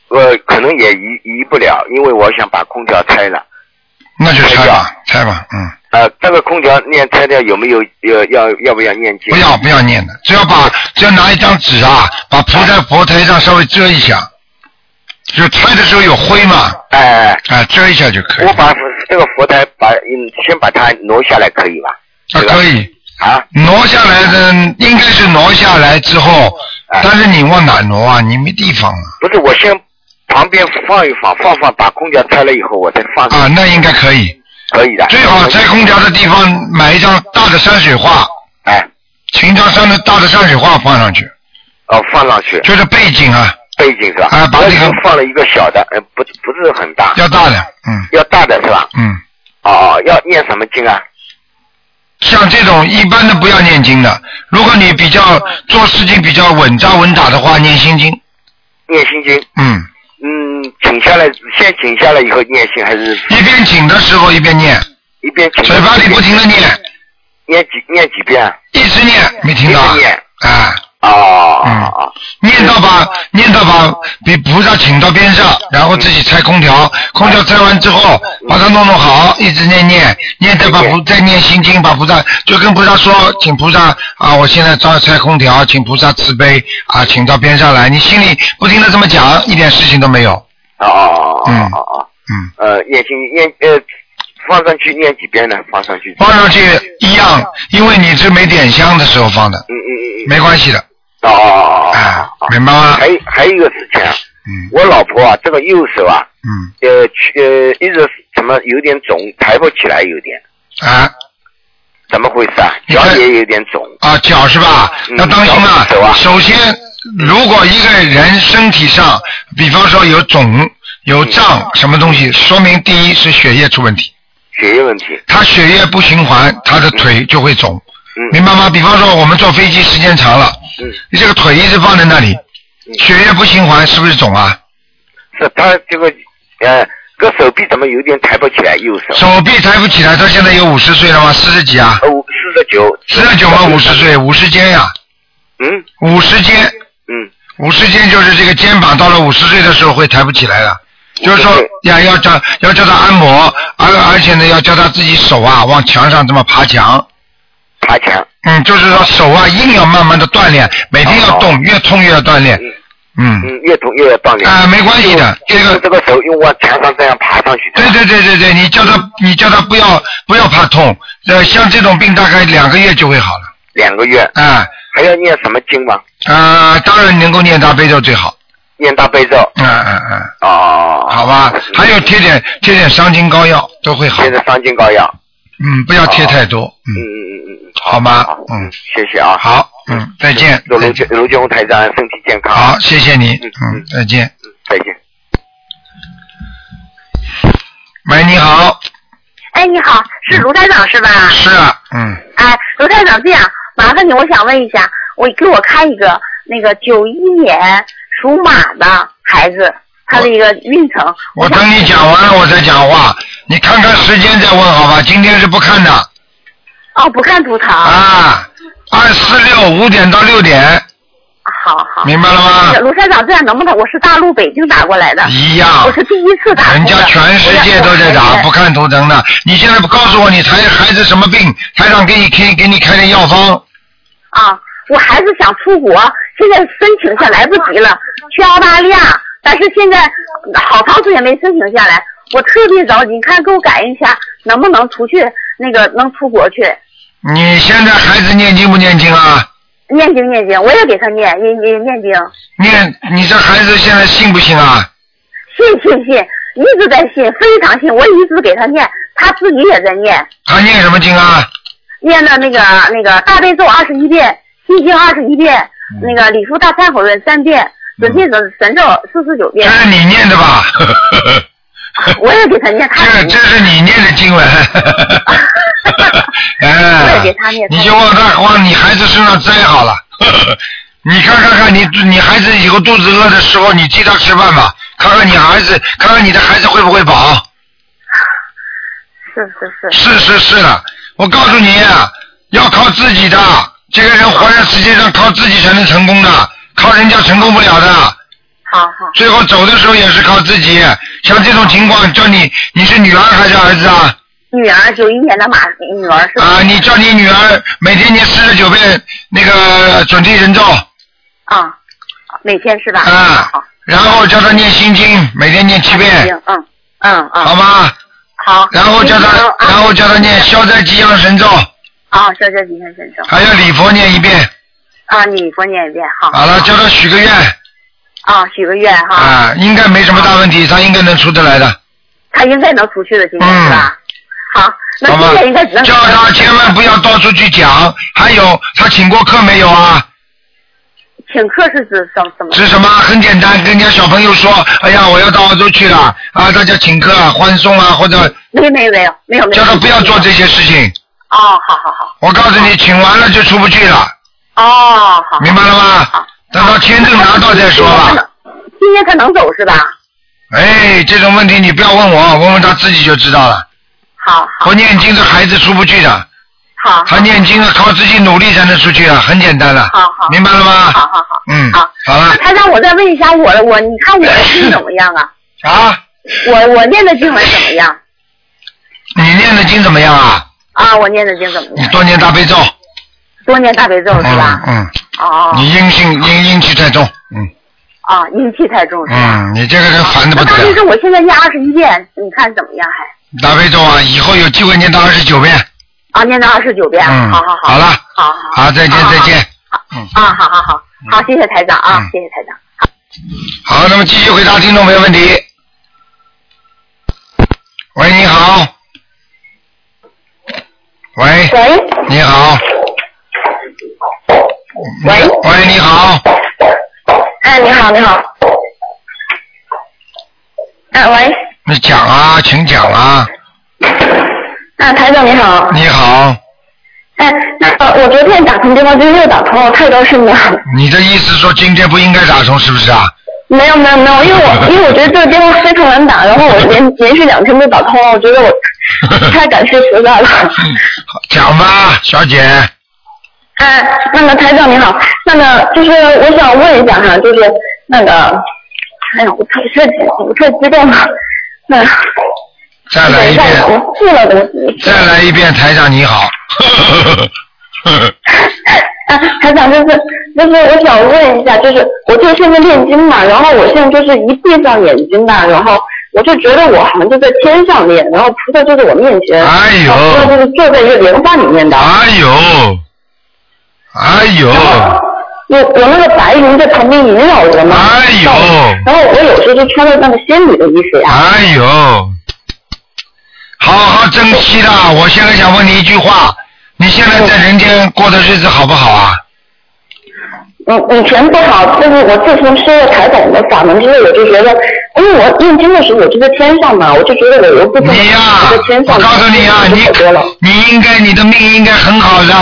I: 我呃可能也移移不了，因为我想把空调拆了。
B: 那就拆吧，拆吧，嗯。
I: 呃，这个空调念拆掉有没有要要要不要念经？
B: 不要不要念的，只要把只要拿一张纸啊，把菩在佛台上稍微遮一下，就拆的时候有灰嘛，
I: 哎。哎、哎
B: 啊，遮一下就可以
I: 我。把这个佛台把嗯先把它挪下来可以吧？
B: 啊，可以
I: 啊，
B: 挪下来的，应该是挪下来之后，
I: 哎
B: 但是你往哪挪啊？你没地方啊。
I: 不是，我先旁边放一放，放放，把空调拆了以后，我再放上，
B: 啊，那应该可以。
I: 可以的。
B: 最好在空调的地方买一张大的山水画，
I: 哎，
B: 请一张山的大的山水画放上去，
I: 哦，放上去，
B: 就是背景啊，
I: 背景是吧？
B: 啊把
I: 我
B: 这
I: 已
B: 个
I: 经放了一个小的，呃，不不是很大，
B: 要大的，嗯
I: 要大的是吧？
B: 嗯，
I: 哦哦，要念什么经啊？
B: 像这种一般的不要念经的，如果你比较做事情比较稳扎稳打的话，念心经，
I: 念心经，
B: 嗯，
I: 嗯，请下来，先请下来以后念心，还是
B: 一边请的时候一边念，
I: 一边请？
B: 嘴巴里不停的念，
I: 念几念几遍啊？
B: 一直念，没听到啊
I: 一直念？
B: 啊，
I: 哦哦哦哦，
B: 念到把念到把比菩萨请到边上，然后自己拆空调，空调拆完之后把它弄弄好，一直念念念，再把菩再念心经，把菩萨就跟菩萨说，请菩萨啊，我现在要拆空调，请菩萨慈悲啊，请到边上来。你心里不停的这么讲，一点事情都没有。
I: 哦哦哦哦哦哦，
B: 嗯，
I: 呃，念经念呃，放上去念几遍呢？放上去。
B: 放上去一样，因为你是没点香的时候放的，
I: 嗯嗯嗯嗯。
B: 没关系的
I: 哦哦哦
B: 啊
I: 哦哦，。
B: 明白吗？
I: 还有还有一个事情啊，
B: 嗯
I: 我老婆啊，这个右手啊，
B: 嗯
I: 呃，去呃，一直怎么有点肿，抬不起来，有点，
B: 啊
I: 怎么回事啊？
B: 你
I: 脚
B: 看
I: 也有点肿。
B: 啊，脚是吧？
I: 嗯
B: 要当心啊
I: 脚手啊！
B: 首先，如果一个人身体上，比方说有肿、有
I: 嗯
B: 胀什么东西，说明第一是血液出问题，
I: 血液问题。
B: 他血液不循环，他的腿就会肿，
I: 嗯
B: 明白吗？比方说我们坐飞机时间长了，
I: 嗯，
B: 你这个腿一直放在那里，血液不循环，是不是肿啊？
I: 是他这个呃，这手臂怎么有点抬不起来？右手。
B: 手臂抬不起来，他现在有五十岁了吗？四十几啊？
I: 呃，四十九。
B: 四十九吗？五十岁，五十肩呀，
I: 嗯
B: 五十肩。
I: 嗯
B: 五十肩就是这个肩膀到了五十岁的时候会抬不起来了，就是说呀要叫要叫他按摩，而而且呢要叫他自己手啊往墙上这么爬墙，
I: 爬墙。
B: 嗯，就是说手啊硬要慢慢的锻炼，每天要动，越痛越要锻炼，嗯，
I: 嗯，越痛越要锻炼。
B: 啊、没关系的，这
I: 用
B: 个
I: 这个手用往墙上这样爬上去。
B: 对对对对对，你叫他你叫他不要不要怕痛，呃像这种病大概两个月就会好了，
I: 两个月
B: 啊、
I: 还要念什么经吗？
B: 呃当然能够念大悲咒最好，
I: 念大悲咒。
B: 嗯嗯嗯，
I: 哦。
B: 好吧，还有贴点贴点伤筋膏药都会好
I: 贴。着伤筋膏药。
B: 嗯，不要贴太多，
I: 嗯
B: 嗯，
I: 嗯嗯嗯，
B: 好吗
I: 好？
B: 嗯，
I: 谢谢啊。，
B: 好，嗯，再见，
I: 祝卢
B: 再
I: 军
B: 见
I: 卢军红台长身体健康。
B: 好，，谢谢你，
I: 嗯
B: 嗯
I: 嗯，
B: 再见。
I: 再见。
B: 喂，你好，
D: 哎，你好，是卢台长是吧？
B: 是啊，嗯，
D: 哎，卢台长，这样麻烦你，我想问一下，我给我看一个那个九一年属马的孩子，他的一个运程。
B: 我
D: 想
B: 等你讲完了我再讲话，你看看时间再问好吧，今天是不看的
D: 哦，不看图腾。
B: 啊，二四六五点到六点，
D: 好好。
B: 明白了
D: 那
B: 吗？
D: 个卢台长，这样能不能？我是大陆北京打过来的，
B: 一样
D: 啊我，是第一次打通的。
B: 人家全世界都在打，不
D: 我
B: 看图腾的。你现在不告诉我你台孩子什么病，台长给你开给你开点药方，
D: 啊，我孩子想出国，现在申请下来不及了，去澳大利亚，但是现在好长时间没申请下来，我特别着急，你看给我感应一下，能不能出去那个能出国去？
B: 你现在孩子念经不念经啊？
D: 念经念经，我也给他念，也也念经，
B: 念你这孩子现在信不信啊？
D: 信信信，一直在信，非常信，我一直给他念，他自己也在念，
B: 他念什么经啊？
D: 念的那个那个大悲咒二十一遍，心经二十一遍，那个礼佛大忏悔文三遍，准提神神咒四十九
B: 这
D: 遍，
B: 是你念的 吧？
D: 我也给他念，他
B: 哎这
D: 也
B: 这是你念的经 文。哎
D: 我也给他念，
B: 你就往他往你孩子身上栽好了。 你看看看你你孩子以后肚子饿的时候，你替他吃饭吧。看看你孩子，看看你的孩子会不会饱。
D: 是是
B: 是
D: 是。
B: 是是的，我告诉你，啊要靠自己的。这个人活在世界上，靠自己才能成功的，靠人家成功不了的。
D: 好好，
B: 最后走的时候也是靠自己。像这种情况，叫你你是女儿还是儿子啊？
D: 女儿九一年的马女儿是吧？
B: 啊，你叫你女儿每天念四十九遍那个准提神咒
D: 啊，每天是吧？
B: 啊
D: 好，，
B: 然后叫她念心经，每天念七遍，
D: 行，嗯嗯嗯，
B: 好吗？
D: 好。
B: 然后叫她，
J: 啊
B: 然后叫她念消灾吉祥神咒，
D: 啊，消消吉祥先生
B: 还要礼佛念一遍。
D: 啊，你给我念一遍哈。
B: 好了，叫她许个愿
D: 啊，许个愿哈，
B: 啊，应该没什么大问题，她应该能出得来的。
D: 他应该能出去的，今天是吧？好，
J: 那
B: 嗯好吗
J: 现在应该只能？
B: 叫他千万不要到处去讲。还有，他请过客没有啊？
J: 请客是指什么什么？
B: 是什么？很简单，跟人家小朋友说，哎呀，我要到澳洲去了啊，大家请客啊，欢送啊，或者
J: 没没有没有没有没有。
B: 叫他不要做这些事情。
J: 哦，好好好。
B: 我告诉你，请完了就出不去了，
J: 哦，好。
B: 明白了吗？等到签证拿到再说吧。
J: 今年他能走是吧？
B: 哎，这种问题你不要问我，问问他自己就知道了。
J: 好，
B: 不念经这孩子出不去的。
J: 好。
B: 他念经了，靠自己努力才能出去啊，很简单了。
J: 好好。
B: 明白了吗？
J: 好好好。
B: 嗯。
J: 好。
B: 好了。
J: 他让我再问一下我的我，你看我的经怎么样啊？
B: 啊？
J: 我我念的经文怎么样？
B: 你念的经怎么样啊？
J: 啊，我念的经怎么
B: 你
J: 样？
B: 多念大悲咒。
J: 多念大悲咒是吧？
B: 嗯
J: 哦
B: 嗯，你阴性阴阴气太重，嗯
J: 哦，阴气太重是吧？
B: 嗯，你这个人烦的
J: 啊那
B: 不
J: 大
B: 得
J: 悲
B: 了。
J: 咒我现在念二十一遍，你看怎么样还？
B: 大悲咒啊，以后有机会念到二十九遍。
J: 啊，念到二十九遍，啊
B: 嗯
J: 好好好，
B: 好了
J: 好好
B: 好，再见再见。嗯
J: 啊，好好好，好，谢谢台长啊，谢谢台长。
B: 好，那么继续回答听众朋友问题。喂，你好。喂。
H: 喂。
B: 你好。喂。喂，你好。
H: 哎，你好，你好。哎、喂，
B: 你讲啊，请讲啊。
H: 啊，台长你好。
B: 你好，
H: 哎，那呃，我昨天打通电话就又打通了，太高兴了。
B: 你的意思说今天不应该打通是不是啊？
H: 没有没有没有，因为我因为我觉得这个电话非常难打，然后我连连续两天都打通了，我觉得我太感谢菩 萨了。
B: 讲吧，小姐。
H: 哎，那个台长你好，那个就是我想问一下哈，就是那个，哎呀，我太我太我太激动了，那
B: 再来
H: 等
B: 一
H: 一下
B: 遍，
H: 我记了怎么？
B: 再来一遍，台长你好。
H: 啊，台长，就是就是，我想问一下，就是我就现在念经嘛，然后我现在就是一闭上眼睛吧，然后我就觉得我好像就在天上念，然后菩萨就在我面前，哎
B: 呦
H: 菩萨就是坐在一个莲花里面的，
B: 哎呦，哎
H: 哦
B: 呦，
H: 我我那个白云在旁边萦绕着嘛，哎
B: 呦，
H: 然后我有时候就穿着那个仙女的衣服呀、
B: 哎呦，好好珍惜啦！我现在想问你一句话，你现在在人间过的日子好不好啊？
H: 嗯，以前不好，就是我自从修了台长的法门之后，我就觉得，因为我念经的时候我就在天上嘛，我就觉得我有部分我在天上，我告诉你啊，你
B: 你应该你的命应该很好的，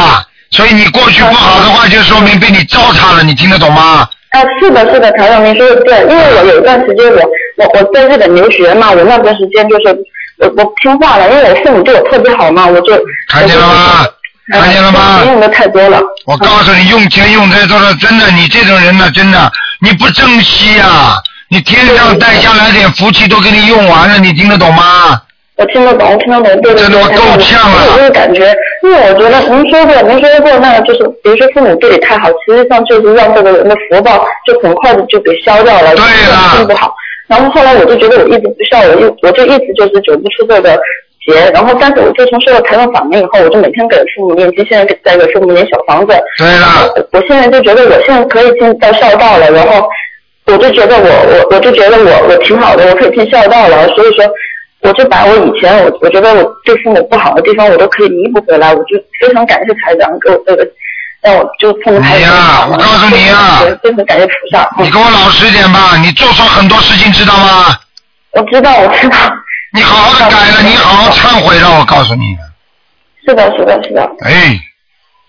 B: 所以你过去不好的话，就说明被你糟蹋了，你听得懂吗？
H: 啊，是的，是的，台长您说的对，因为我有一段时间我我我在日本留学嘛，我那段时间就是我我听话了，因为我父母对我特别好嘛，我就看见了吗？
B: 看见了吗？
H: 哎用的太多了。
B: 我告诉你，用钱用太多了，真的，你这种人呢、真的，你不珍惜啊！你天上带下来点福气都给你用完了，你听得懂吗？
H: 我听得懂，我听得懂，对对对。真的我够呛啊了。我就是感觉，因为我觉得您说过，您说过那个就是，比如说父母对你太好，实际上就是让这个人的福报就很快的就给消掉了，对啊了，并不好。然后后来我就觉得我一直不孝，我就我就一直就是走不出这个结。然后，但是我自从受了财政法门以后，我就每天给父母念经，现在给在给父母念小房子。
B: 对
H: 了。我现在就觉得我现在可以进到孝道了，然后我就觉得我我我就觉得我我挺好的，我可以进孝道了，所以说我就把我以前我我觉得我对父母不好的地方我都可以弥补回来，我就非常感谢台长给我这个让我就父母台长。我告诉你啊，非常感谢菩萨。
B: 你给我老实一点吧，你做错很多事情，知道吗？
H: 嗯我知道，我知道。
B: 你好好的改了，你好好忏悔了，我告诉你。
H: 是的，是的，是的。
B: 哎，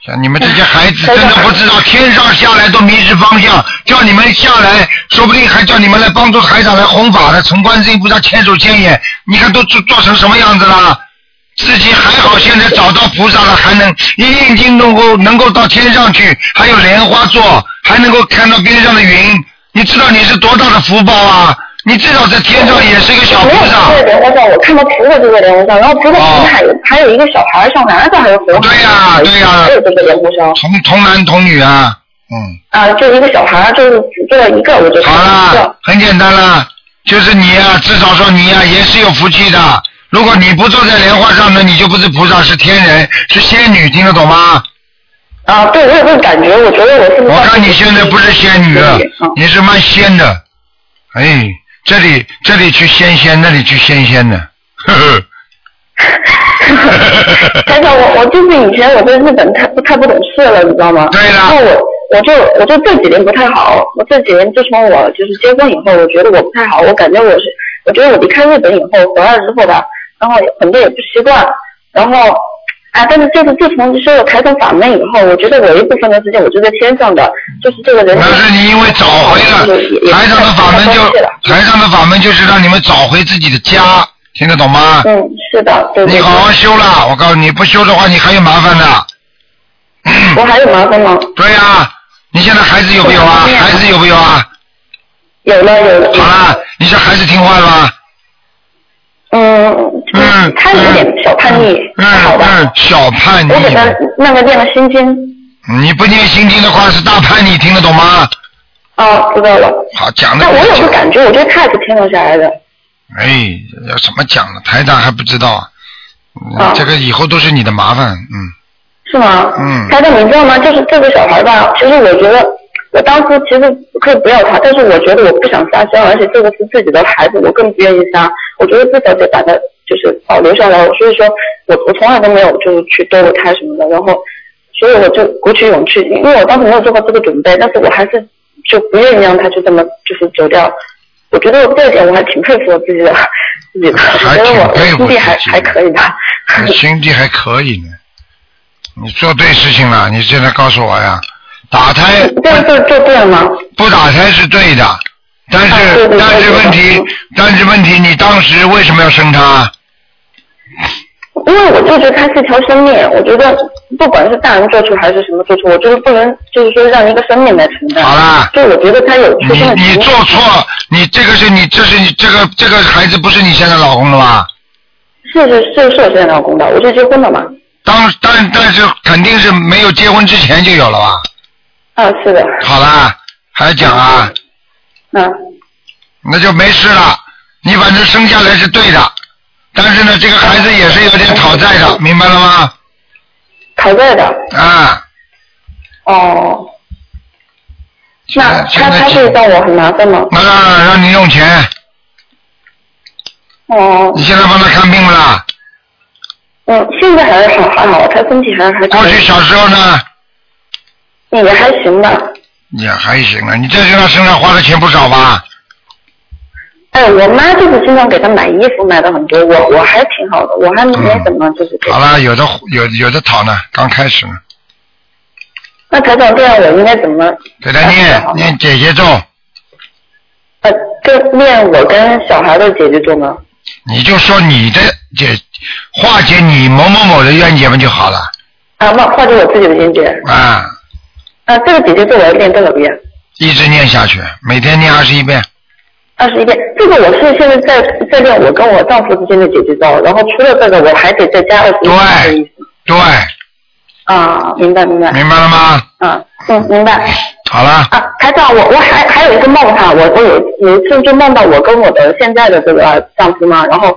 B: 像你们这些孩子真的不知 道天上下来都迷失方向，叫你们下来，说不定还叫你们来帮助台长来弘法的，从观世音菩萨千手千眼，你看都做做成什么样子了？自己还好，现在找到菩萨了，还能一念经能够能够到天上去，还有莲花座，还能够看到边上的云，你知道你是多大的福报啊！你至少在天上也是一个小菩萨。
H: 在莲花上，我看到菩萨就在莲花上，然后菩萨旁边还有还有一个小孩上来，那还有佛。哦对呀，对呀。还有这个莲花上。
B: 同同男同女啊，嗯。
H: 啊，就一个小孩，就是只做了一个，我就
B: 好啦，很简单啦，就是你呀、至少说你呀、也是有福气的。如果你不坐在莲花上呢，你就不是菩萨，是天人，是仙女，听得懂吗？
H: 啊，对，我有这个感觉，我觉得我是
B: 我看你现在不是仙女了，你是蛮仙的，哎， 这里这里去仙仙，那里去仙仙的，呵呵，
H: 台长，我我就是以前我在日本太太不懂事了，你知道吗？对了。然后我我就我就这几年不太好，我这几年自从我就是结婚以后，我觉得我不太好，我感觉我是我觉得我离开日本以后回来之后吧，然后很多也不习惯，然后啊，但是就是自从修了台长法门以后，我觉得我一部分的时间我就在天上的，就是这个人。
B: 但是你因为找回了台上的法门就台上的法门就是让你们找回自己的家，听得懂吗？
H: 嗯，是的，对对
B: 你好好修了，我告诉你，不修的话你还有麻烦的。
H: 我还有麻烦吗？
B: 对呀、你现在孩子有没有啊？孩子有没有啊？
H: 有了有了。
B: 好了，你这孩子听话了吗？
H: 嗯，嗯，他有点小叛逆，好吧？
B: 嗯，小叛逆。
H: 我给他那个念了心经，
B: 你不念心经的话是大叛逆，听得懂吗？
H: 哦，知道了。
B: 好，讲的。
H: 但我有个感觉，我觉得他也是天上下来的。
B: 哎，要怎么讲呢？台长还不知道啊，嗯这个以后都是你的麻烦，嗯。
H: 是吗？
B: 嗯
H: 台长，你知道吗？就是这个小孩吧，其实我觉得，我当初其实可以不要他，但是我觉得我不想杀生，而且这个是自己的孩子，我更不愿意杀。我觉得至少得把他就是保留下来，所以说我我从来都没有就是去剁过他什么的，然后，所以我就鼓起勇气，因为我当时没有做过这个准备，但是我还是就不愿意让他就这么就是走掉。我觉得这一点我还挺佩服我自己的，自己的，我觉得我我
B: 佩服
H: 心地还还可以的。嗯
B: 你心地还可以呢，你做对事情了，你现在告诉我呀，打胎
H: 这样做做对了吗？
B: 不打胎是对的，但是、
H: 啊
B: 但是问题，但是问题，你当时为什么要生他？
H: 因为我就觉得它是一条生命，我觉得不管是大人做出还是什么做出，我觉得不能就是说让一个生命来承担。好啦，就我觉得他有出
B: 你
H: 现
B: 你做错，你这个是你这是你这个这个孩子不是你现在老公了吧？
H: 是是是是我现在老公的，我就结婚了嘛。
B: 当但但是肯定是没有结婚之前就有了吧？
H: 啊，是的，
B: 好啦，还讲啊？
H: 嗯。
B: 那就没事了，你反正生下来是对的，但是呢，这个孩子也是有点讨债的，明白了吗？
H: 讨债的。
B: 啊。
H: 哦。
B: 那
H: 他他会让我很麻烦吗？
B: 那让让你用钱，
H: 哦。
B: 你现在帮他看病了？
H: 嗯，现在还好还好，他身体还还。
B: 过去小时候呢？
H: 也还行吧。
B: 也还行啊，你在这他身上花的钱不少吧？
H: 哎，我妈就是经常给他买衣服，买的很多，我我还挺好的，我还没怎么就是给。
B: 嗯好啦，有的有有的讨呢，刚开始呢，
H: 那台长，这样我应该怎么？
B: 给他念念姐姐咒，
H: 呃，跟念我跟小孩的姐姐做吗？
B: 你就说你的解化解你某某某的冤结嘛就好了
H: 啊，那化解我自己的冤结。
B: 啊，
H: 啊，这个姐姐咒我要念多少遍？
B: 一直念下去，每天念二十一遍。
H: 二十一遍。这个我是现在在在练我跟我丈夫之间的姐姐咒，然后除了这个，我还得再加二十一遍的意思。
B: 对，
H: 啊，明白明白。
B: 明白了吗？
H: 啊，嗯，明白。
B: 好了。
H: 啊，台长，我我还还有一个梦哈，我我有有一次就梦到我跟我的现在的这个丈夫嘛，然后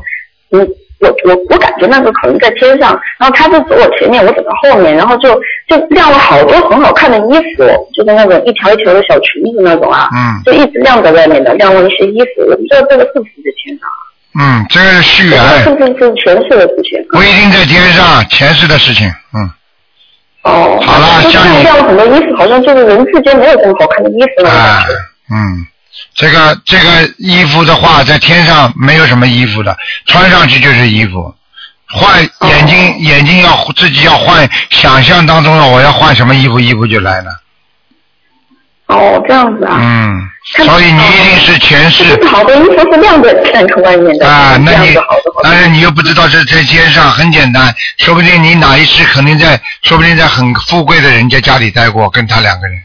H: 嗯，我我我感觉那个可能在天上，然后他就走我前面，我走到后面，然后就就晾了好多很好看的衣服，就是那种一条一条的小裙子那种啊，
B: 嗯
H: 就一直晾在外面的，晾了一些衣服，我不知道这个是不是在天上，
B: 嗯，这个是续
H: 是
B: 缘，
H: 不是是前啊世的事情？
B: 不一定在天上，前世的事情。嗯，
H: 哦，好了，就是晾了很多衣服，好像就是人世间没有这么好看的衣服了。
B: 啊，嗯，这个这个衣服的话，在天上没有什么衣服的，穿上去就是衣服。换
H: 哦
B: 眼睛，眼睛要自己要换，想象当中的我要换什么衣服，衣服就来了。
H: 哦，这样子啊。哦
B: 嗯，所以你一定是前世。
H: 好的衣服是晾着看出外面的
B: 啊，那
H: 晾
B: 你
H: 着好的
B: 但是你又不知道这在天上很简单，说不定你哪一世肯定在，说不定在很富贵的人家家里待过，跟他两个人。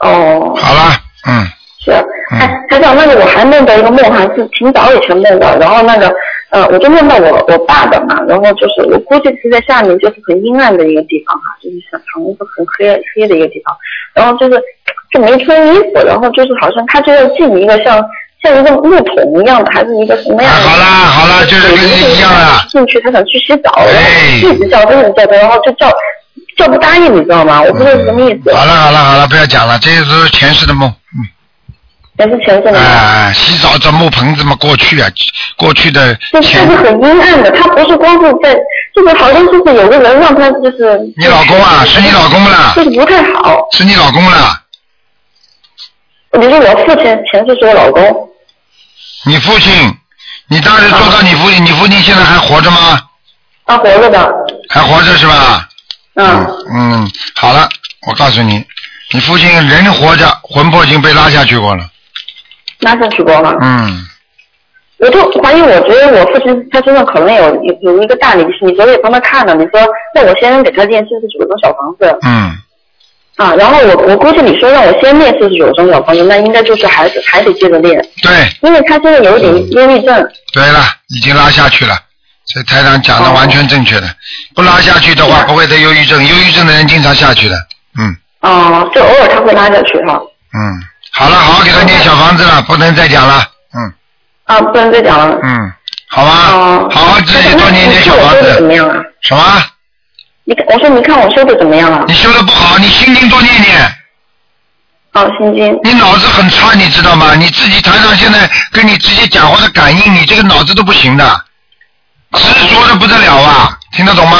H: 哦。
B: 好了，嗯，
H: 是，哎，台长，那个我还梦到一个梦，还是挺早以前梦到，然后那个，呃，我就梦到我我爸爸嘛，然后就是我估计是在下面就是很阴暗的一个地方哈、就是像藏一个很黑黑的一个地方，然后就是就没穿衣服，然后就是好像他就要进一个像像一个木桶一样的，还是一个什么样的？好啦
B: 好啦，就是
H: 跟一样了。进去，他想去洗澡，然后一直叫，一直叫，然后就叫叫不答应，你知道吗？我不知道是什么意思。
B: 好了好了好了，不要讲了，这些都是前世的梦。嗯，
H: 全是全是能量。
B: 啊，洗澡怎么盆怎么过去啊？过去的
H: 这这
B: 前
H: 是很阴暗的，他不是光是在，就是好像就是有个人让他就是。
B: 你老公啊，是你老公不啦？
H: 就是不太好。
B: 是你老公啦？
H: 你说我父亲前世是我老公，
B: 你父亲，你当时做到你父亲，你父亲现在还活着吗？
H: 他活着的。
B: 还活着是吧？
H: 嗯
B: 嗯，好了，我告诉你，你父亲人活着，魂魄已经被拉下去过了。
H: 拉下去过了。
B: 嗯，
H: 我就怀疑，我觉得我父亲他身上可能有有有一个大灵性，你昨天也帮他看了，你说那我先给他念四十九张小房子
B: 嗯，
H: 啊，然后我我估计你说让我先念四十九张小房子，那应该就是还是还得接着念，
B: 对
H: 因为他现在有一点忧郁症，
B: 对了，已经拉下去了。这台长讲的完全正确的，不拉下去的话不会得忧郁症，忧郁症的人经常下去的。嗯
H: 啊，就偶尔他会拉下去哈，
B: 嗯，好了，好好给他念小房子了，不能再讲了。嗯
H: 啊，不能再讲了，
B: 嗯，好
H: 哦
B: 吧，好好自己多念
H: 你看
B: 点小
H: 我
B: 房
H: 修的怎么
B: 子。
H: 样啊？
B: 什么？
H: 你我说你看我修的怎么样啊？
B: 你修的不好，你心经多念念。
H: 哦，心经。
B: 你脑子很差，你知道吗？你自己台上现在跟你直接讲话的感应，你这个脑子都不行的，执着的不得了啊！听得懂吗？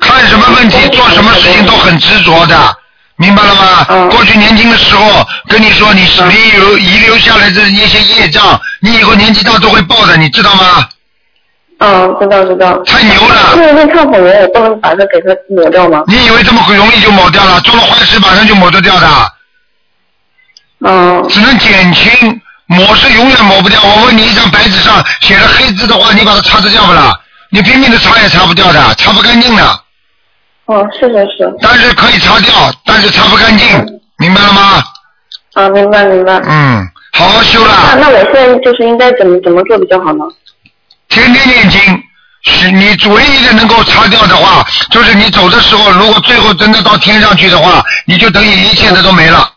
B: 看什么问题，做什么事情都很执着的，明白了吗？过去年轻的时候跟你说，你手里有遗留下来的一些业障，你以后年纪大都会报的，你知道吗？
H: 嗯，知道知道。
B: 太牛了！
H: 因为那忏悔文，我不能把它给它抹掉吗？
B: 你以为这么容易就抹掉了？做了坏事马上就抹得掉的？
H: 嗯。
B: 只能减轻，抹是永远抹不掉。我问你，一张白纸上写了黑字的话，你把它擦得掉不啦？你拼命的擦也擦不掉的，擦不干净的。
H: 哦，是是是。
B: 但是可以擦掉，但是擦不干净，明白了吗？
H: 啊，明白明白。
B: 嗯，好好修
H: 那
B: 啦。
H: 那我现在就是应该怎么怎么做比较好呢？
B: 天天念经，是你唯一的能够擦掉的话，就是你走的时候，如果最后真的到天上去的话，你就等于一切的都没了。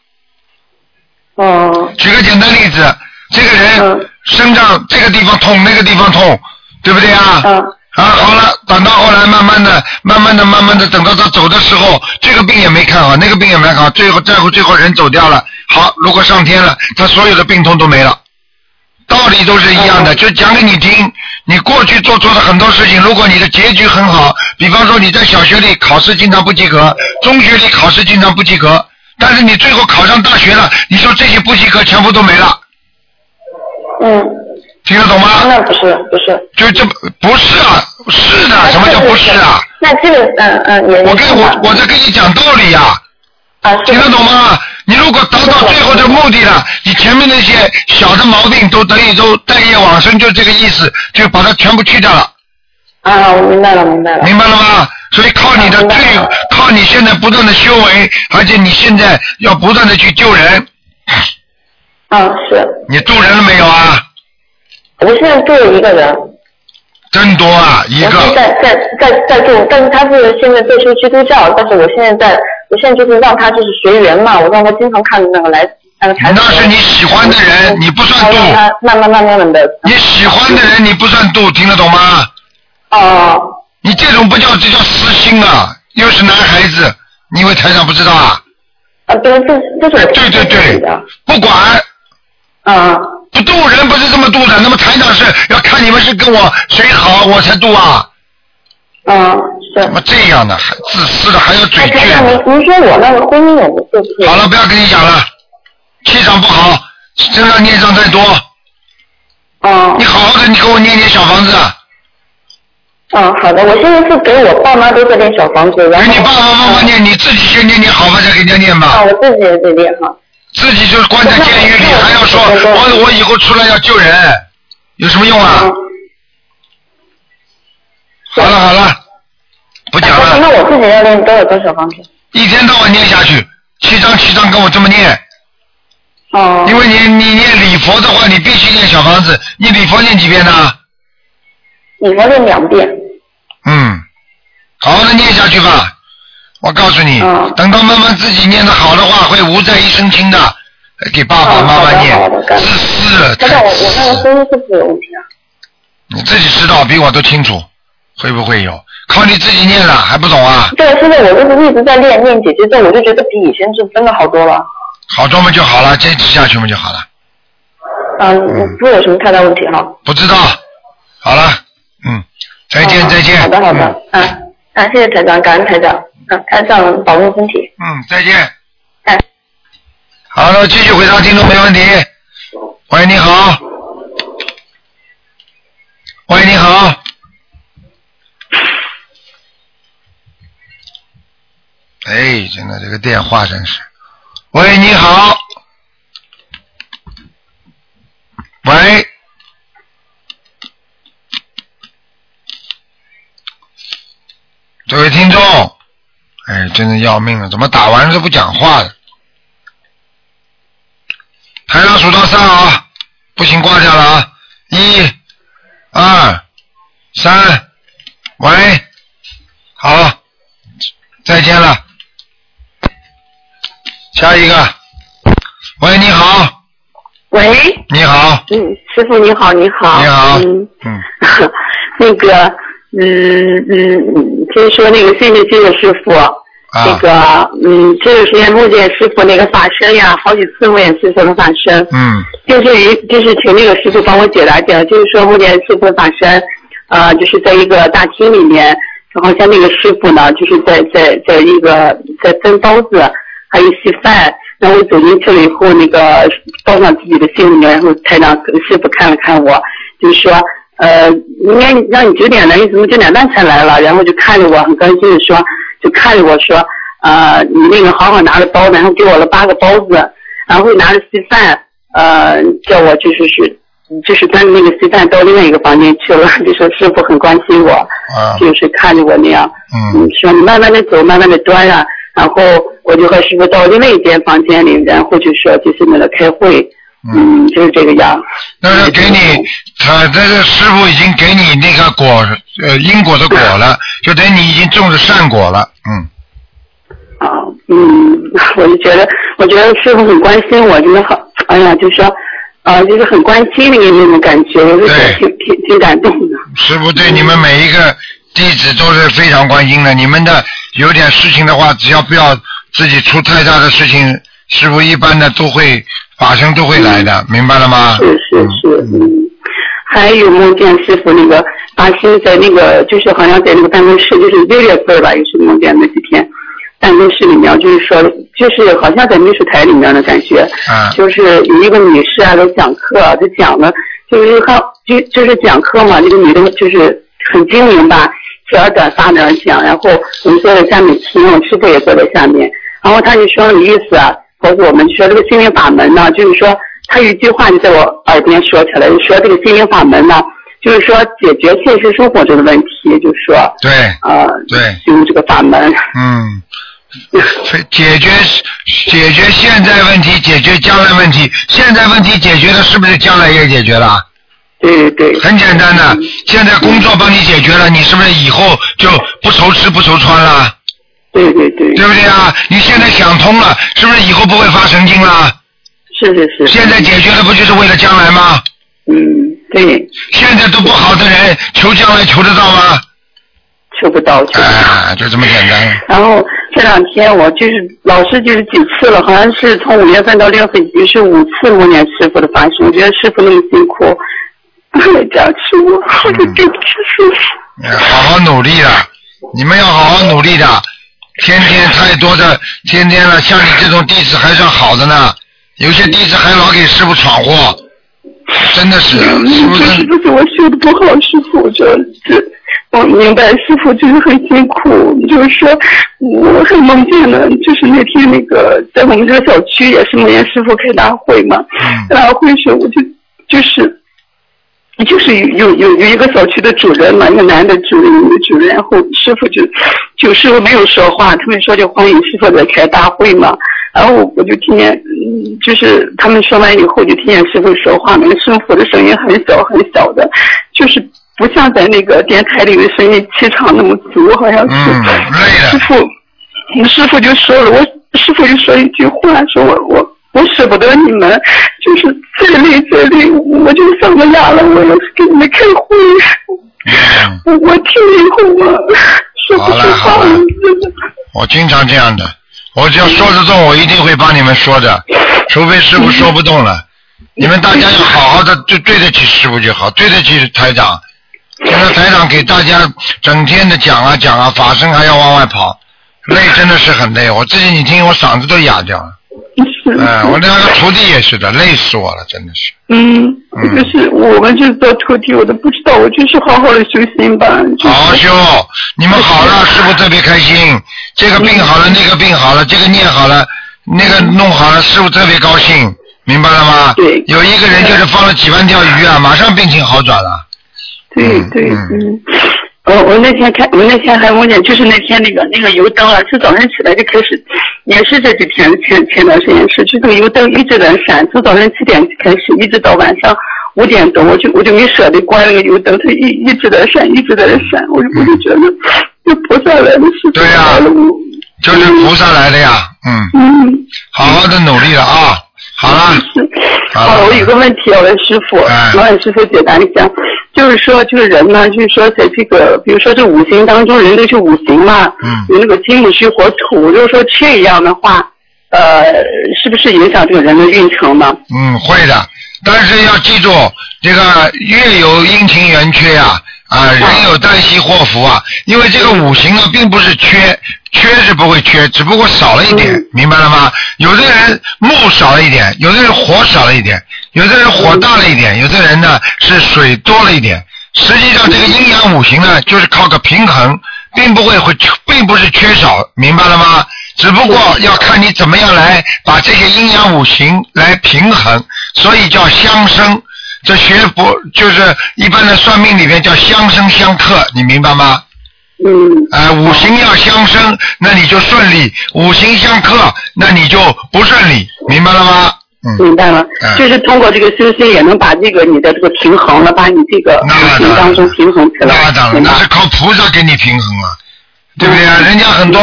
H: 哦。
B: 举个简单例子，这个人身上这个地方痛，那个地方痛，对不对啊？嗯。啊，好了，等到后来慢慢的、慢慢的、慢慢的，等到他走的时候，这个病也没看好，那个病也没看好，最后、最后、最后人走掉了。好，如果上天了，他所有的病痛都没了。道理都是一样的，就讲给你听。你过去做错的很多事情，如果你的结局很好，比方说你在小学里考试经常不及格，中学里考试经常不及格，但是你最后考上大学了，你说这些不及格全部都没了，
H: 嗯。啊
B: 听得懂吗？
H: 那不是不是。
B: 就这不是啊，是的，什么叫不是啊？
H: 那这个嗯嗯也。
B: 我跟我我在跟你讲道理呀、
H: 啊。
B: 听得懂吗？你如果达到最后的目的了，你前面那些小的毛病都等于都带业往生，就这个意思，就把它全部去掉了。
H: 啊，我明白了，明白了。
B: 明白了吗？所以靠你的最，靠你现在不断的修为，而且你现在要不断的去救人。
H: 嗯，是。
B: 你渡人了没有啊？
H: 我现在住了一个人。
B: 真多啊，一
H: 我是
B: 个。
H: 在在在在住，但是他是现在在修基督教，但是我现在在，我现在就是让他就是随缘嘛，我让他经常看那个来那个台。那是你
B: 喜欢的人，你不算
H: 度。让他慢慢慢慢慢的。
B: 你喜欢的人你不算渡，听得懂吗？
H: 哦。
B: 你这种不叫，这叫私心啊！又是男孩子，你以为台长不知道啊？
H: 啊，对，这这是
B: 对对对，不管。
H: 啊。
B: 不渡人不是这么渡的，那么台长是要看你们是跟我谁好，我才渡啊。
H: 嗯，是。
B: 怎么这样的，还自私的，还有嘴
H: 台
B: 倔
H: 长，您
B: 呢？
H: 您说我那个婚姻我们对不对？
B: 好了，不要跟你讲了，气场不好，身上孽障太多。
H: 哦。
B: 你好好的，你给我念念小房子。啊
H: 嗯，好的，我现在是给我爸妈都在练小房子，然后。嗯
B: 你爸爸妈妈念，你自己先念念好吧，再给人家念吧。
H: 啊，我自己也得练哈。
B: 自己就是关在监狱里，还要说我我以后出来要救人，有什么用啊？
H: 嗯
B: 好了好了，不讲了。
H: 那我自己要练多少张小房子？
B: 一天到晚念下去，七张七张跟我这么念。
H: 哦。
B: 因为你你念礼佛的话，你必须念小房子。你礼佛念几遍呢？
H: 你佛练两遍。
B: 嗯，好好的念下去吧。我告诉你，
H: 嗯
B: 等到慢慢自己念的好的话，会无债一身轻的。给爸爸妈妈念，自私，
H: 台长，我我那个婚姻是不是有问题啊？
B: 你自己知道比我都清楚，会不会有？靠你自己念了还不懂啊？
H: 对，现在我就是一直在练练姐姐咒，我就觉得比以前是真的好多了。
B: 好转嘛就好了，坚持下去嘛就好了。
K: 嗯，不会有什么太大问题哈。
B: 不知道，好了，嗯，再见再见。
K: 好的好的，嗯，啊，谢谢台长，感恩台长，嗯，台长保重身体。
B: 嗯，再见。好了，继续回答听众没问题。喂，你好。喂，你好。哎，真的这个电话真是。喂，你好。喂。这位听众，哎，真的要命了，怎么打完了都不讲话的？台上数到三啊，不行挂掉了啊！一、二、三，喂，好，再见了。下一个，喂，你好，
H: 喂，
B: 你好，
H: 嗯，师傅你好，你好，
B: 你好
H: 嗯，
B: 嗯，
H: 那个，嗯嗯，先说那个，谢谢谢谢师傅，
B: 啊
H: 那个，嗯，这段时间梦见师傅那个法身呀，好几次梦见师傅的法身，
B: 嗯，
H: 就是一就是请那个师傅帮我解答解答，就是说梦见师傅的法身，呃，就是在一个大厅里面，然后像那个师傅呢，就是在在在一个在分包子，还有稀饭，然后我走进去了以后，那个报上自己的姓名，然后台长师傅看了看我，就说，呃，应该让你九点来，你怎么九点半才来了？然后就看着我很高兴的说，就看着我说，呃，你那个好好拿着包子，然后给我了八个包子，然后拿着稀饭，呃，叫我就是是。就是端着那个稀饭到另外一个房间去了， 就说师傅很关心我，
B: 啊，
H: 就是看着我那样，
B: 嗯，
H: 说你慢慢的走，慢慢的端啊。然后我就和师傅到另外一间房间里，然后就说就是为了开会，嗯，就是这个样。
B: 那就给你，他这个师傅已经给你那个果，呃，因果的果了，就等于你已经种的善果了，嗯，
H: 啊嗯， 我就觉得，我觉得师傅很关心我，真的好，哎呀，就说，啊，就是很关心的那种感觉，我就觉得挺挺挺感动的。
B: 师傅对你们每一个弟子都是非常关心的。你们的有点事情的话，只要不要自己出太大的事情，师傅一般的都会法身都会来的，明白了吗？
H: 是是是，嗯。还有梦见师傅那个巴西在那个，就是好像在那个办公室，就是六月份吧，也是梦见那几天，办公室里面就是说，就是好像在秘书台里面的感觉，
B: 啊
H: 就是有一个女士啊，在讲课，她讲的，就是看就就是讲课嘛，那个女的就是很精明吧，小而短发那样讲，然后我们坐在下面听，我师傅也坐在下面，然后她就说了个意思啊，告诉我们说这个心灵法门呢，就是说她有一句话就在我耳边说起来，就说这个心灵法门呢，就是说解决现实生活中的问题，就是说
B: 对，
H: 呃，
B: 对，
H: 用这个法门，
B: 嗯，非解决解决现在问题，解决将来问题。现在问题解决了，是不是将来也解决了？
H: 对对。
B: 很简单的，现在工作帮你解决了，你是不是以后就不愁吃不愁穿了？
H: 对对对。
B: 对不对啊？你现在想通了，是不是以后不会发神经了？
H: 是是是。
B: 现在解决了，不就是为了将来吗？
H: 嗯，对。
B: 现在都不好的人，求将来求得到吗？
H: 求不到。
B: 啊，就这么简单。
H: 然后这两天我就是老是就是几次了，好像是从五月份到六月份已经是五次梦见师傅的发生。我觉得师傅那么辛苦，哎为加持我，哎我就对不起师傅。
B: 好好努力了，你们要好好努力的。天天太多的，天天了，像你这种弟子还算好的呢，有些弟子还老给师傅闯祸，真的是，是不
H: 嗯就是
B: 是？
H: 就是我修的不好，师傅，我觉得这我明白，师傅就是很辛苦。就是说，我很梦见了，就是那天那个在我们这个小区也是梦见师傅开大会嘛，
B: 嗯
H: 大会时候我就就是就是有有有一个小区的主任嘛，一个男的主任，女的主任，然后师傅就就师傅没有说话，他们说就欢迎师傅在开大会嘛，然后我我就听见，嗯就是他们说完以后就听见师傅说话，那个师傅的声音很小很小的，就是不像在那个电台里的声音气场那么足，好像是。
B: 嗯
H: 师傅，嗯师傅就说了，我师傅就说一句话，说我我我舍不得你们，就是再累再累，我就想着哑了，我要给你们开会。
B: 嗯
H: 我我听了以后，我说不出话了。
B: 我经常这样的，我只要说得动，我一定会帮你们说的，除非师傅说不动了。你们大家要好好的对对得起师傅就好，对得起台长。现在台长给大家整天的讲啊讲啊，法身还要往外跑，累真的是很累。我自己你听我嗓子都哑掉了。哎，我那个徒弟也是的，累死我了，真的是。
H: 嗯，就是我们就是做徒弟，我都不知道，我就是好好的修行吧。就是、
B: 好好修，你们好了，师傅特别开心。这个病好了，那个病好了，这个念好了，那个弄好了，师傅特别高兴，明白了吗？对。有一个人就是放了几万条鱼啊，马上病情好转了。
H: 对对，嗯。我我那天看，我那天还梦见，就是那天那个那个油灯啊，是早上起来就开始，也是这几天前前段时间是，就这个油灯一直在闪，从早上七点开始，一直到晚上五点多，我就我就没舍得关那个油灯，它一一直在闪，一直在闪，我就我就觉得，这菩萨来的是对啊呀、
B: 就是菩萨来的呀，嗯，
H: 嗯，
B: 好好的努力了啊，好了，好
H: 了，我有个问题要问师傅，
B: 哎
H: 麻烦师傅解答一下。就是说，这个人呢，就是说，在这个，比如说这五行当中，人都是五行嘛，
B: 嗯
H: 有那个金木水火土，如果说缺一样的话，呃，是不是影响这个人的运程呢？
B: 嗯，会的，但是要记住，这个月有阴晴圆缺呀、啊，人有旦夕祸福啊，因为这个五行啊，并不是缺，缺是不会缺，只不过少了一点，明白了吗？有的人木少了一点，有的人火少了一点，有的人火大了一点，有的人呢是水多了一点。实际上，这个阴阳五行呢，就是靠个平衡，并不会会，并不是缺少，明白了吗？只不过要看你怎么样来把这些阴阳五行来平衡，所以叫相生。这学佛就是一般的算命里面叫相生相克，你明白吗？
H: 嗯。
B: 哎、五行要相生，那你就顺利；五行相克，那你就不顺利，明白了吗？
H: 明白了，
B: 嗯
H: 就是通过这个修心，也能把这个你的这个平衡了，把你这个五行当中平衡起来。
B: 那当然，那是靠菩萨给你平衡啊，对不对啊？人家很多，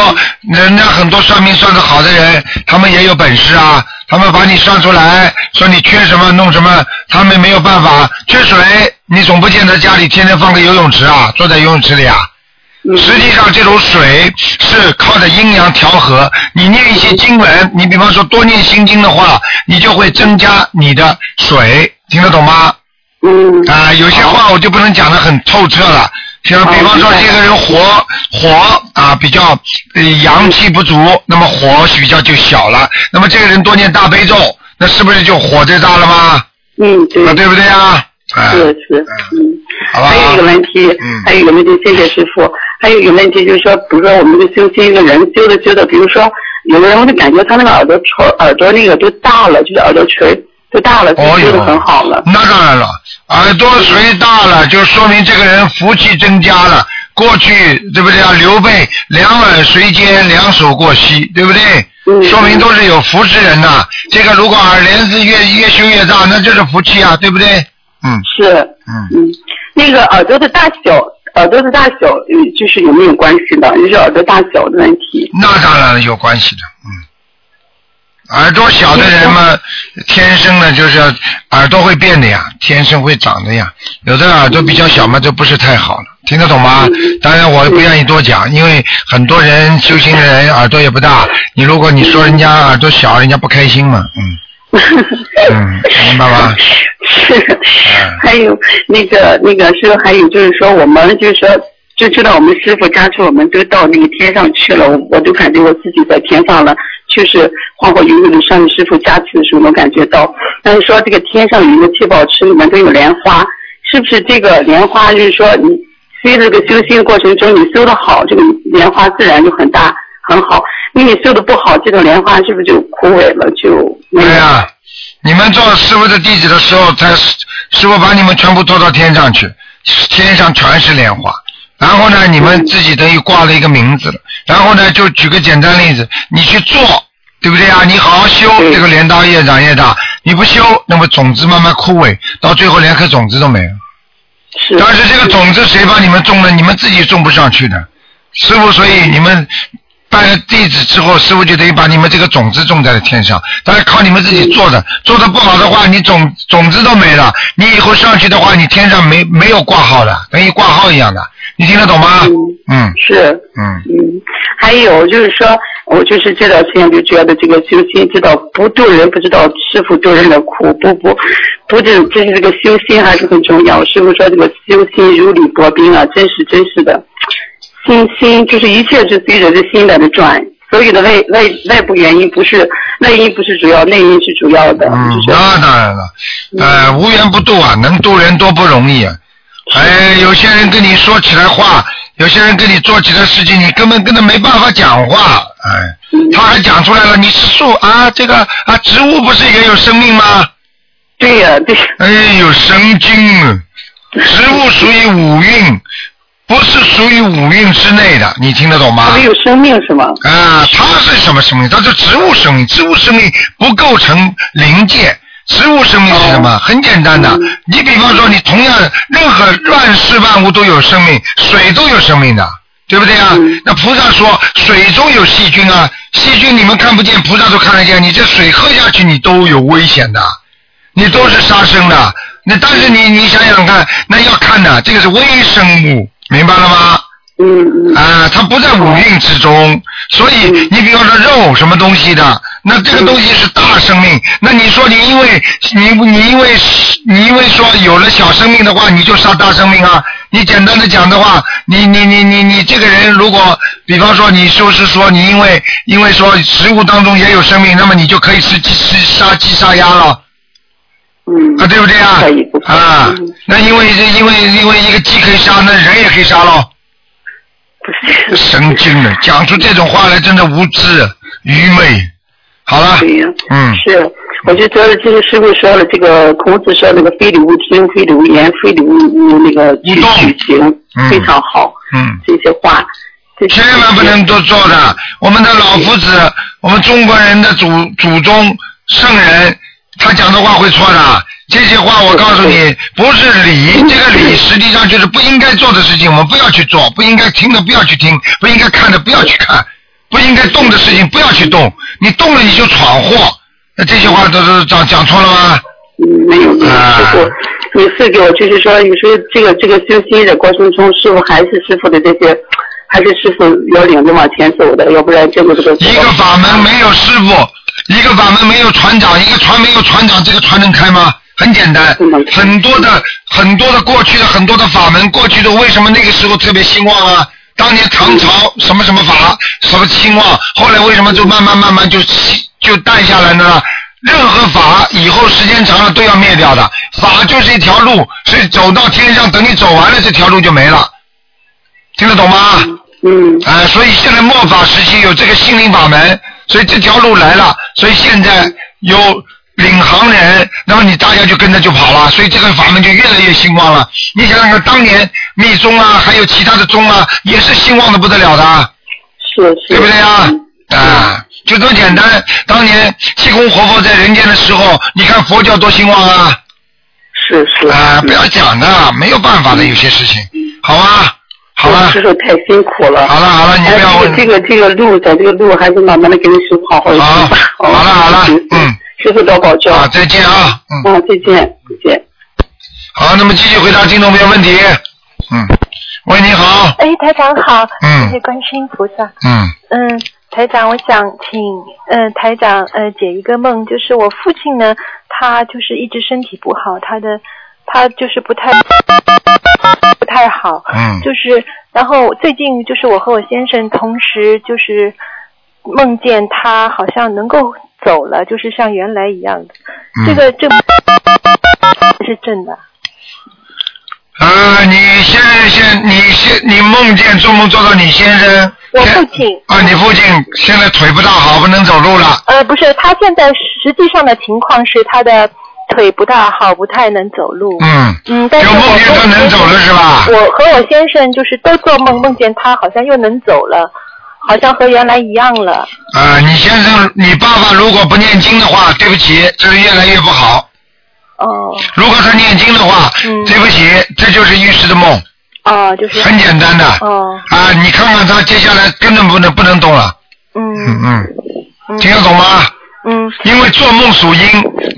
B: 人家很多算命算的好的人，他们也有本事啊，他们把你算出来，说你缺什么弄什么，他们没有办法。缺水，你总不见得家里天天放个游泳池啊，坐在游泳池里啊。
H: 嗯
B: 实际上，这种水是靠着阴阳调和。你念一些经文，你比方说多念心经的话，你就会增加你的水，听得懂吗？
H: 嗯。
B: 啊、有些话我就不能讲得很透彻了。像比方说，这个人火火啊比较、呃、阳气不足，那么火比较就小了。那么这个人多念大悲咒，那是不是就火最大了吗？
H: 嗯，对。
B: 啊，对不对啊？哎
H: 是是，嗯，
B: 好吧嗯
H: 还有一个问题，还有一个问题，谢谢师傅。还有一个问题就是说，比如说我们这修心，一个人修着修着，比如说有的人我就感觉他那个耳朵垂，耳朵那个都大了，就是耳朵垂都大了，就
B: 哦
H: 修
B: 哟
H: 的很好了。
B: 那当然了，耳朵垂大了，就说明这个人福气增加了。过去对不对啊？刘备两耳垂肩，两手过膝，对不对？说明都是有福之人呐、这个如果耳帘子越越修越大，那就是福气啊，对不对？嗯，
H: 是，嗯，那个耳朵的大小，耳朵的大小，嗯就是有没有关系的？就是耳朵大小的问题。
B: 那当然了，有关系的，嗯。耳朵小的人嘛，天生呢就是要耳朵会变的呀，天生会长的呀。有的耳朵比较小嘛，这不是太好了，听得懂吗？当然我不愿意多讲，因为很多人修行的人耳朵也不大，你如果你说人家耳朵小，人家不开心嘛，嗯。嗯，明白吗？
H: 是， 还有那个那个是还有就是说我们就是说就知道我们师傅加持我们都到那个天上去了，我我都感觉我自己在天上了，确实晃晃悠悠的上师傅加持的时候能感觉到。但是说这个天上有一个七宝池里面都有莲花，是不是这个莲花就是说你随着这个修心过程中你修的好，这个莲花自然就很大很好。因为你修的不好，这种莲花是不是就枯萎了？就
B: 对呀、你们做师傅的弟子的时候，才师傅把你们全部拖到天上去，天上全是莲花。然后呢，你们自己等于挂了一个名字了。然后呢，就举个简单例子，你去做，对不对啊？你好好修，这个镰刀越长越大。你不修，那么种子慢慢枯萎，到最后连颗种子都没有。但是这个种子谁帮你们种的？你们自己种不上去的。师傅，所以你们拜了弟子之后，师傅就等于把你们这个种子种在了天上，但是靠你们自己做的，做的不好的话，你种种子都没了，你以后上去的话，你天上没没有挂号的，等于挂号一样的，你听得懂吗？嗯，
H: 是，
B: 嗯，
H: 嗯，还有就是说，我就是这段时间就觉得这个修心之道不渡人不知道师傅渡人的苦，不不不这这是这个修心还是很重要。师傅说这个修心如履薄冰啊，真是真是的，心心就是一切是随着
B: 啊
H: 这心来的转。所有的外外外部原因不是外因不是主要，内因是主要的。
B: 嗯，那当然了，呃，无缘不渡啊，能渡人多不容易啊。哎，有些人跟你说起来话，有些人跟你做起来事情，你根本跟他没办法讲话，哎，他还讲出来了，你是树啊，这个啊，植物不是也有生命吗？
H: 对呀、对。
B: 哎呦，神经啊！植物属于五运，不是属于五运之内的，你听得懂 吗？
H: 没有生命是吗？
B: 啊，它是什么生命？它是植物生命，植物生命不构成灵界。植物生命是什么？很简单的，你比方说，你同样任何万事万物都有生命，水都有生命的，对不对啊？那菩萨说，水中有细菌啊，细菌你们看不见，菩萨都看得见，你这水喝下去，你都有危险的。你都是杀生的。那但是你你想想看，那要看的，这个是微生物，明白了吗？
H: 嗯
B: 啊，它不在五蕴之中，所以你比方说肉什么东西的，那这个东西是大生命。那你说你因为你你因为你因为说有了小生命的话，你就杀大生命啊？你简单的讲的话，你你你你你这个人，如果比方说你就是说你因为因为说食物当中也有生命，那么你就可以吃鸡吃杀鸡杀鸭了。
H: 嗯
B: 啊，对不对啊？啊，那因为因为因为一个鸡可以杀，那人也可以杀喽。神经了，讲出这种话来真的无知愚昧。好了，嗯，
H: 是，我就觉得这个师傅说了，这个孔子说那个非礼勿听，非礼勿言，非礼勿勿那个举举行，非常好
B: 嗯，
H: 这些话。
B: 千万不能多做的。我们的老夫子，我们中国人的祖祖宗圣人，他讲的话会错的。这些话我告诉你，不是理，这个理实际上就是不应该做的事情，我们不要去做；不应该听的不要去听，不应该看的不要去看，不应该动的事情不要去动。你动了你就闯祸，那这些话都是讲讲错了吗？
H: 嗯没有
B: 啊
H: 没有，师傅，你赐给我就是说，你说这个这个修心的过程中，师傅还是师傅的这些，还是师傅要领着往前走的，要不然这个这个。
B: 一个法门没有师傅，一个法门没有船长，一个船没有船长，这个船能开吗？很简单，很多的很多的过去的很多的法门，过去的为什么那个时候特别兴旺啊？当年唐朝什么什么法什么兴旺，后来为什么就慢慢慢慢就就淡下来呢？任何法以后时间长了都要灭掉的，法就是一条路，是走到天上，等你走完了这条路就没了。听得懂吗？
H: 嗯。
B: 啊、所以现在末法时期有这个心灵法门，所以这条路来了，所以现在有领航人，那么你大家就跟着就跑了，所以这个法门就越来越兴旺了。你想想看，当年密宗啊，还有其他的宗啊，也是兴旺的不得了的，
H: 是是，
B: 对不对啊？啊，就这么简单。当年济公活佛在人间的时候，你看佛教多兴旺啊！
H: 是是
B: 啊，不要讲的，没有办法的，有些事情，好吧？好了，
H: 嗯师傅太辛苦了。
B: 好了好
H: 哎
B: 了，你不要问
H: 这个这个路，走这个路还是慢慢的给你师傅好好地走吧。好了好了，嗯，师傅多保重。啊，
B: 再见啊。
H: 嗯。啊，再见，再见。
B: 好，那么继续回答听众朋友问题。嗯，喂，你好。
F: 哎，台长好，
B: 嗯
F: 谢谢观世音菩萨。
B: 嗯，
F: 嗯，台长，我想请嗯台长呃解一个梦，就是我父亲呢，他就是一直身体不好，他的他就是不太不太好，
L: 嗯
F: 就是然后最近就是我和我先生同时就是梦见他好像能够走了，就是像原来一样的，
H: 嗯
B: 嗯
F: 这个这个是真的，
B: 呃，你先先你先你梦见做梦做到你先生
F: 我父亲
B: 啊，你父亲现在腿不大好，不能走路了。
F: 呃，不是，他现在实际上的情况是他的腿不大好，不太能走路。
B: 嗯
F: 嗯，但是我梦见他能走了是吧？我和我先生就是都做梦，梦见他好像又能走了，好像和原来一样了。
B: 啊，你先生，你爸爸如果不念经的话，对不起，这是越来越不好。
F: 哦。
B: 如果他念经的话，
F: 嗯
B: 对不起，这就是预示的梦。
F: 哦，就是。
B: 很简单的。
F: 哦。
B: 啊，你看看他接下来根本不能不能动了。嗯嗯。听得懂吗？
F: 嗯。
B: 因为做梦属阴，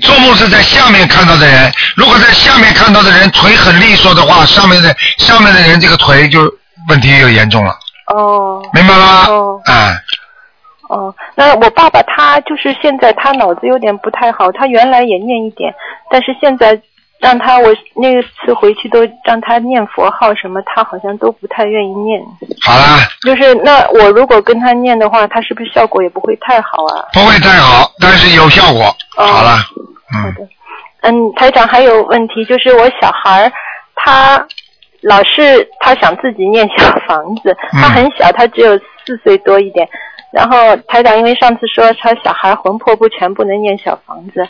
B: 做梦是在下面看到的人。如果在下面看到的人腿很利索的话，上面的上面的人这个腿就问题又严重了，
F: 哦
B: 明白了吗？
F: 哦
B: 哎、
E: 哦，那我爸爸他就是现在他脑子有点不太好，他原来也念一点，但是现在让他我那次回去都让他念佛号什么，他好像都不太愿意念。
B: 好啦，
E: 就是那我如果跟他念的话，他是不是效果也不会太好啊？
B: 不会太好，但是有效果。好了，
E: 嗯，台长还有问题，就是我小孩儿他老是他想自己念小房子，他很小，他只有四岁多一点。然后台长因为上次说他小孩魂魄不全，不能念小房子，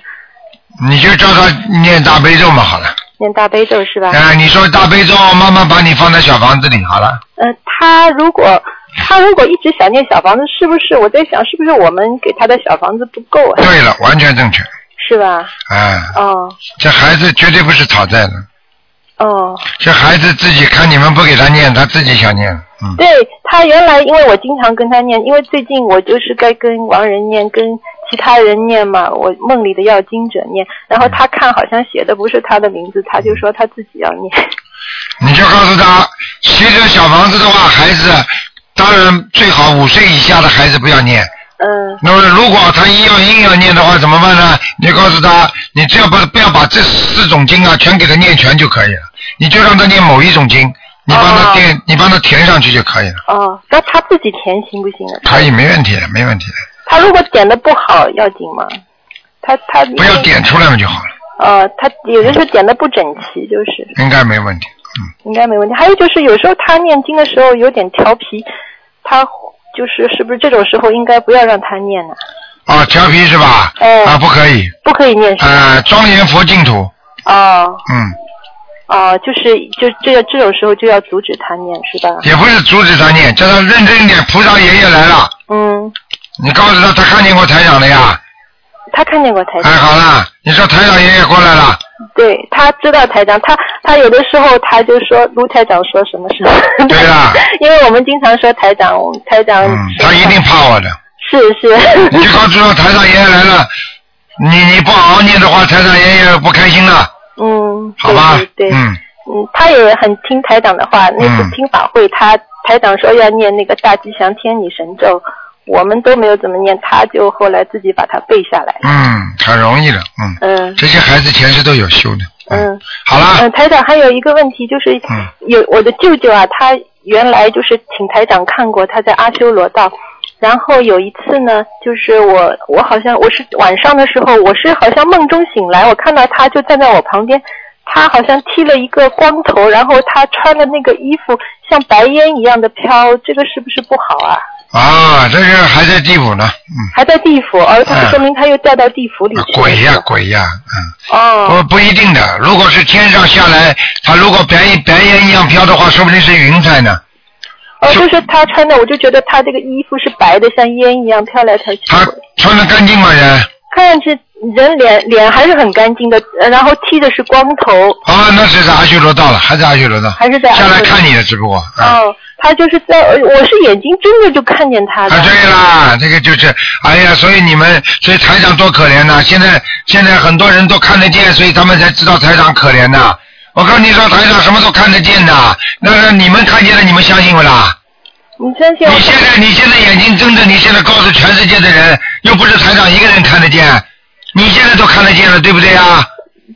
B: 你就叫他念大悲咒嘛，好了。
E: 念大悲咒是吧？
B: 哎、你说大悲咒，妈妈把你放在小房子里，好了。
E: 呃，他如果他如果一直想念小房子，是不是我在想是不是我们给他的小房子不够啊？
B: 对了，完全正确。
E: 是吧？
B: 哎，
E: 哦
B: 这孩子绝对不是讨债的，
E: 哦，
B: 这孩子自己看你们不给他念，他自己想念。嗯，
E: 对他原来因为我经常跟他念，因为最近我就是该跟亡人念，跟其他人念嘛，我梦里的要经者念，然后他看好像写的不是他的名字，他就说他自己要念。
B: 你就告诉他，其实小房子的话，孩子当然最好五岁以下的孩子不要念。
E: 嗯。
B: 那么如果他硬要硬要念的话，怎么办呢？你就告诉他，你只要把不要把这四种经啊全给他念全就可以了，你就让他念某一种经，你帮他填，你帮他填上去就可以了，
E: 哦，那他自己填行不行啊？
B: 可以没问题的，没问题的，
E: 他如果点的不好要紧吗？他他不要
B: 点出来嘛就好了，
E: 呃，他有的时候点的不整齐，就是
B: 应该没问题。
E: 应该没问题。还有就是有时候他念经的时候有点调皮，他就是是不是这种时候应该不要让他念呢、
B: 啊，调皮是吧？
E: 哦
B: 啊，不可以。
E: 不可以念是吧？
B: 啊，庄严佛净土，
E: 哦
B: 嗯，
E: 哦，就是就这个这种时候就要阻止他念是吧？
B: 也不是阻止他念，叫他认真一点。菩萨爷爷来了，
E: 嗯，
B: 你告诉他，他看见过台长了呀？
E: 他看见过台长。
B: 哎，好了，你说台长爷爷过来了，
E: 对他知道台长，他他有的时候他就说卢台长说什么什么。
B: 对嗯啦。
E: 因为我们经常说台长，我们台长
B: 他一定怕我的。
E: 是是。
B: 你就告诉他台长爷爷来了，你你不好好念的话，台长爷爷不开心了，
E: 嗯，
B: 好吧
E: 对对对，
B: 嗯，
E: 嗯，他也很听台长的话。那次听法会，他台长说要念那个大吉祥天女神咒，我们都没有怎么念，他就后来自己把它背下来。
B: 嗯，很容易的，嗯，
E: 嗯
B: 这些孩子前世都有修的，
E: 嗯，
B: 好啦。
E: 嗯，台长还有一个问题就是，
B: 嗯
E: 有我的舅舅啊，他原来就是请台长看过，他在阿修罗道。然后有一次呢，就是我我好像我是晚上的时候，我是好像梦中醒来，我看到他就站在我旁边，他好像剃了一个光头，然后他穿的那个衣服像白烟一样的飘，这个是不是不好啊？
B: 啊，这个还在地府呢，嗯，
E: 还在地府，而他
B: 嗯
E: 说明他又掉到地府里去了。
B: 鬼呀、鬼呀、嗯
E: 哦，
B: 不不一定的，如果是天上下来，它如果白白烟一样飘的话，说不定是云彩呢。
E: 哦，就是他穿的，我就觉得他这个衣服是白的，像烟一样飘来飘去。
B: 他穿的干净吗？人
E: 看上去人脸脸还是很干净的，呃然后剃的是光头。
B: 啊，那是在阿修罗道了，还在阿修罗道，
E: 还是在阿修
B: 下
E: 罗道
B: 来看你的，啊只不过
E: 哦，他就是在，呃我是眼睛睁着就看见他的。
B: 啊对啦，这个就是，哎呀，所以你们，所以台长多可怜呐、现在现在很多人都看得见，所以他们才知道台长可怜呐、我跟你说，台长什么都看得见的，那那你们看见了，你们相信不啦？
E: 你相信我？
B: 你现在你现在眼睛睁着，你现在告诉全世界的人，又不是台长一个人看得见，你现在都看得见了，对不对啊？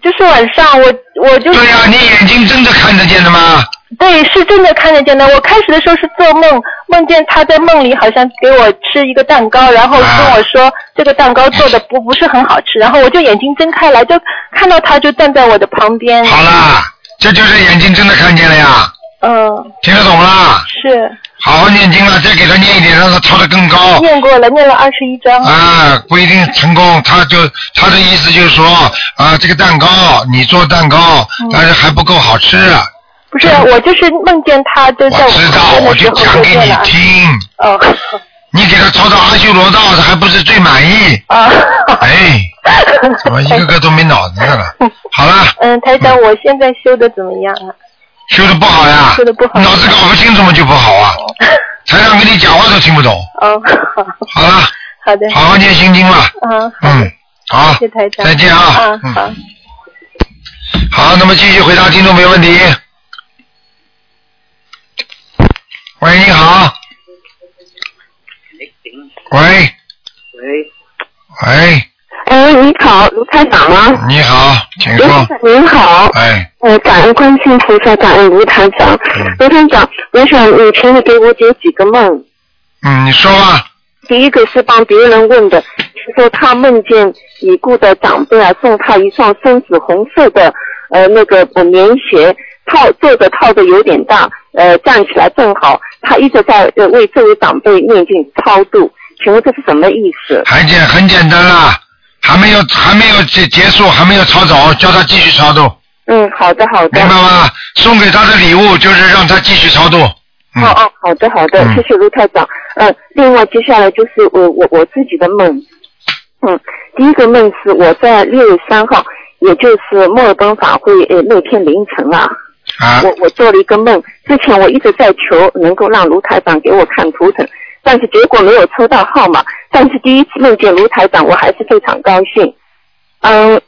E: 就是晚上我我就
B: 对呀、你眼睛睁着看得见的吗？
E: 对，是真的看得见的。我开始的时候是做梦，梦见他在梦里好像给我吃一个蛋糕，然后
B: 啊
E: 跟我说、这个蛋糕做的不不是很好吃，然后我就眼睛睁开来，就看到他就站在我的旁边。
B: 好啦，这就是眼睛真的看见了呀，
E: 嗯，
B: 听得懂啦？
E: 是
B: 好好念经了，再给他念一点，让他跳得更高。
E: 念过了，念了二十一章。
B: 啊，不一定成功，他就他的意思就是说，啊，这个蛋糕你做蛋糕，但是还不够好吃。
E: 不是，我就是梦见他就在我
B: 知道，我就讲给你听。
E: 哦。
B: 你给他抄到阿修罗道，他还不是最满意？
E: 啊。
B: 哎，怎么一个个都没脑子的了？好了，
E: 嗯，台长，我现在修的怎么样啊？
B: 修的不好呀，
E: 修的不好。
B: 脑子搞不清怎么就不好 啊？台长跟你讲话都听不懂，
E: 哦，
B: 好了，
E: 好的。
B: 好好念心经吧。
E: 嗯，
B: 嗯，好，
E: 谢谢台长。
B: 再见啊
E: 嗯，好。
B: 好，那么继续回答听众朋友问题。喂，你好。喂，哎，
H: 哎，你好，卢台长吗？
B: 你好，请
H: 卢台
B: 说。
H: 长您好，
B: 哎，嗯
H: 呃，感恩观世音菩萨，感恩卢台长。卢台长，我想你请你给我解几个梦。
B: 嗯，你说吧。
H: 第一个是帮别人问的，说他梦见已故的长辈啊送他一双深紫红色的呃那个呃棉鞋，套做的套的有点大，呃站起来正好，他一直在呃为这位长辈念经超度，请问这是什么意思？
B: 很简很简单啦，还没有还没有结结束，还没有抄走，叫他继续抄度，
H: 嗯，好的好的。
B: 明白吗？送给他的礼物就是让他继续抄嗯度。
H: 哦哦，好的好的，谢谢卢台长。呃，另外接下来就是我我我自己的梦，嗯，第一个梦是我在六月三号，也就是墨尔本法会呃那天凌晨啊，
B: 啊
H: 我我做了一个梦，之前我一直在求能够让卢台长给我看图腾，但是结果没有抽到号码，但是第一次梦见卢台长，我还是非常高兴。嗯，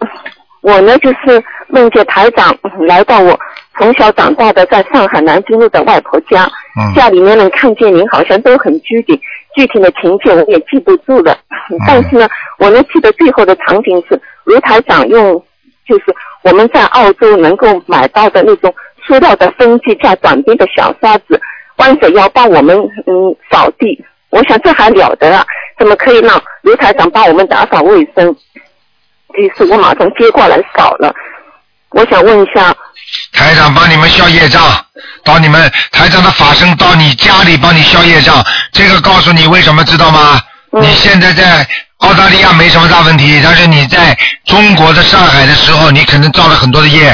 H: 我呢就是梦见台长嗯来到我从小长大的在上海南京路的外婆家，
B: 嗯
H: 家里面人看见您好像都很拘谨，具体的情节我也记不住了，
B: 嗯
H: 但是呢，我能记得最后的场景是卢台长用就是我们在澳洲能够买到的那种塑料的风机加短边的小刷子，弯着腰帮我们嗯扫地。我想这还了得啊？怎么可以让卢台长帮我们打扫卫生？于是我马上接过来扫了。我想问一下，
B: 台长帮你们消业障，到你们台长的法身到你家里帮你消业障，这个告诉你为什么知道吗？你现在在澳大利亚没什么大问题，但是你在中国的上海的时候，你可能造了很多的业。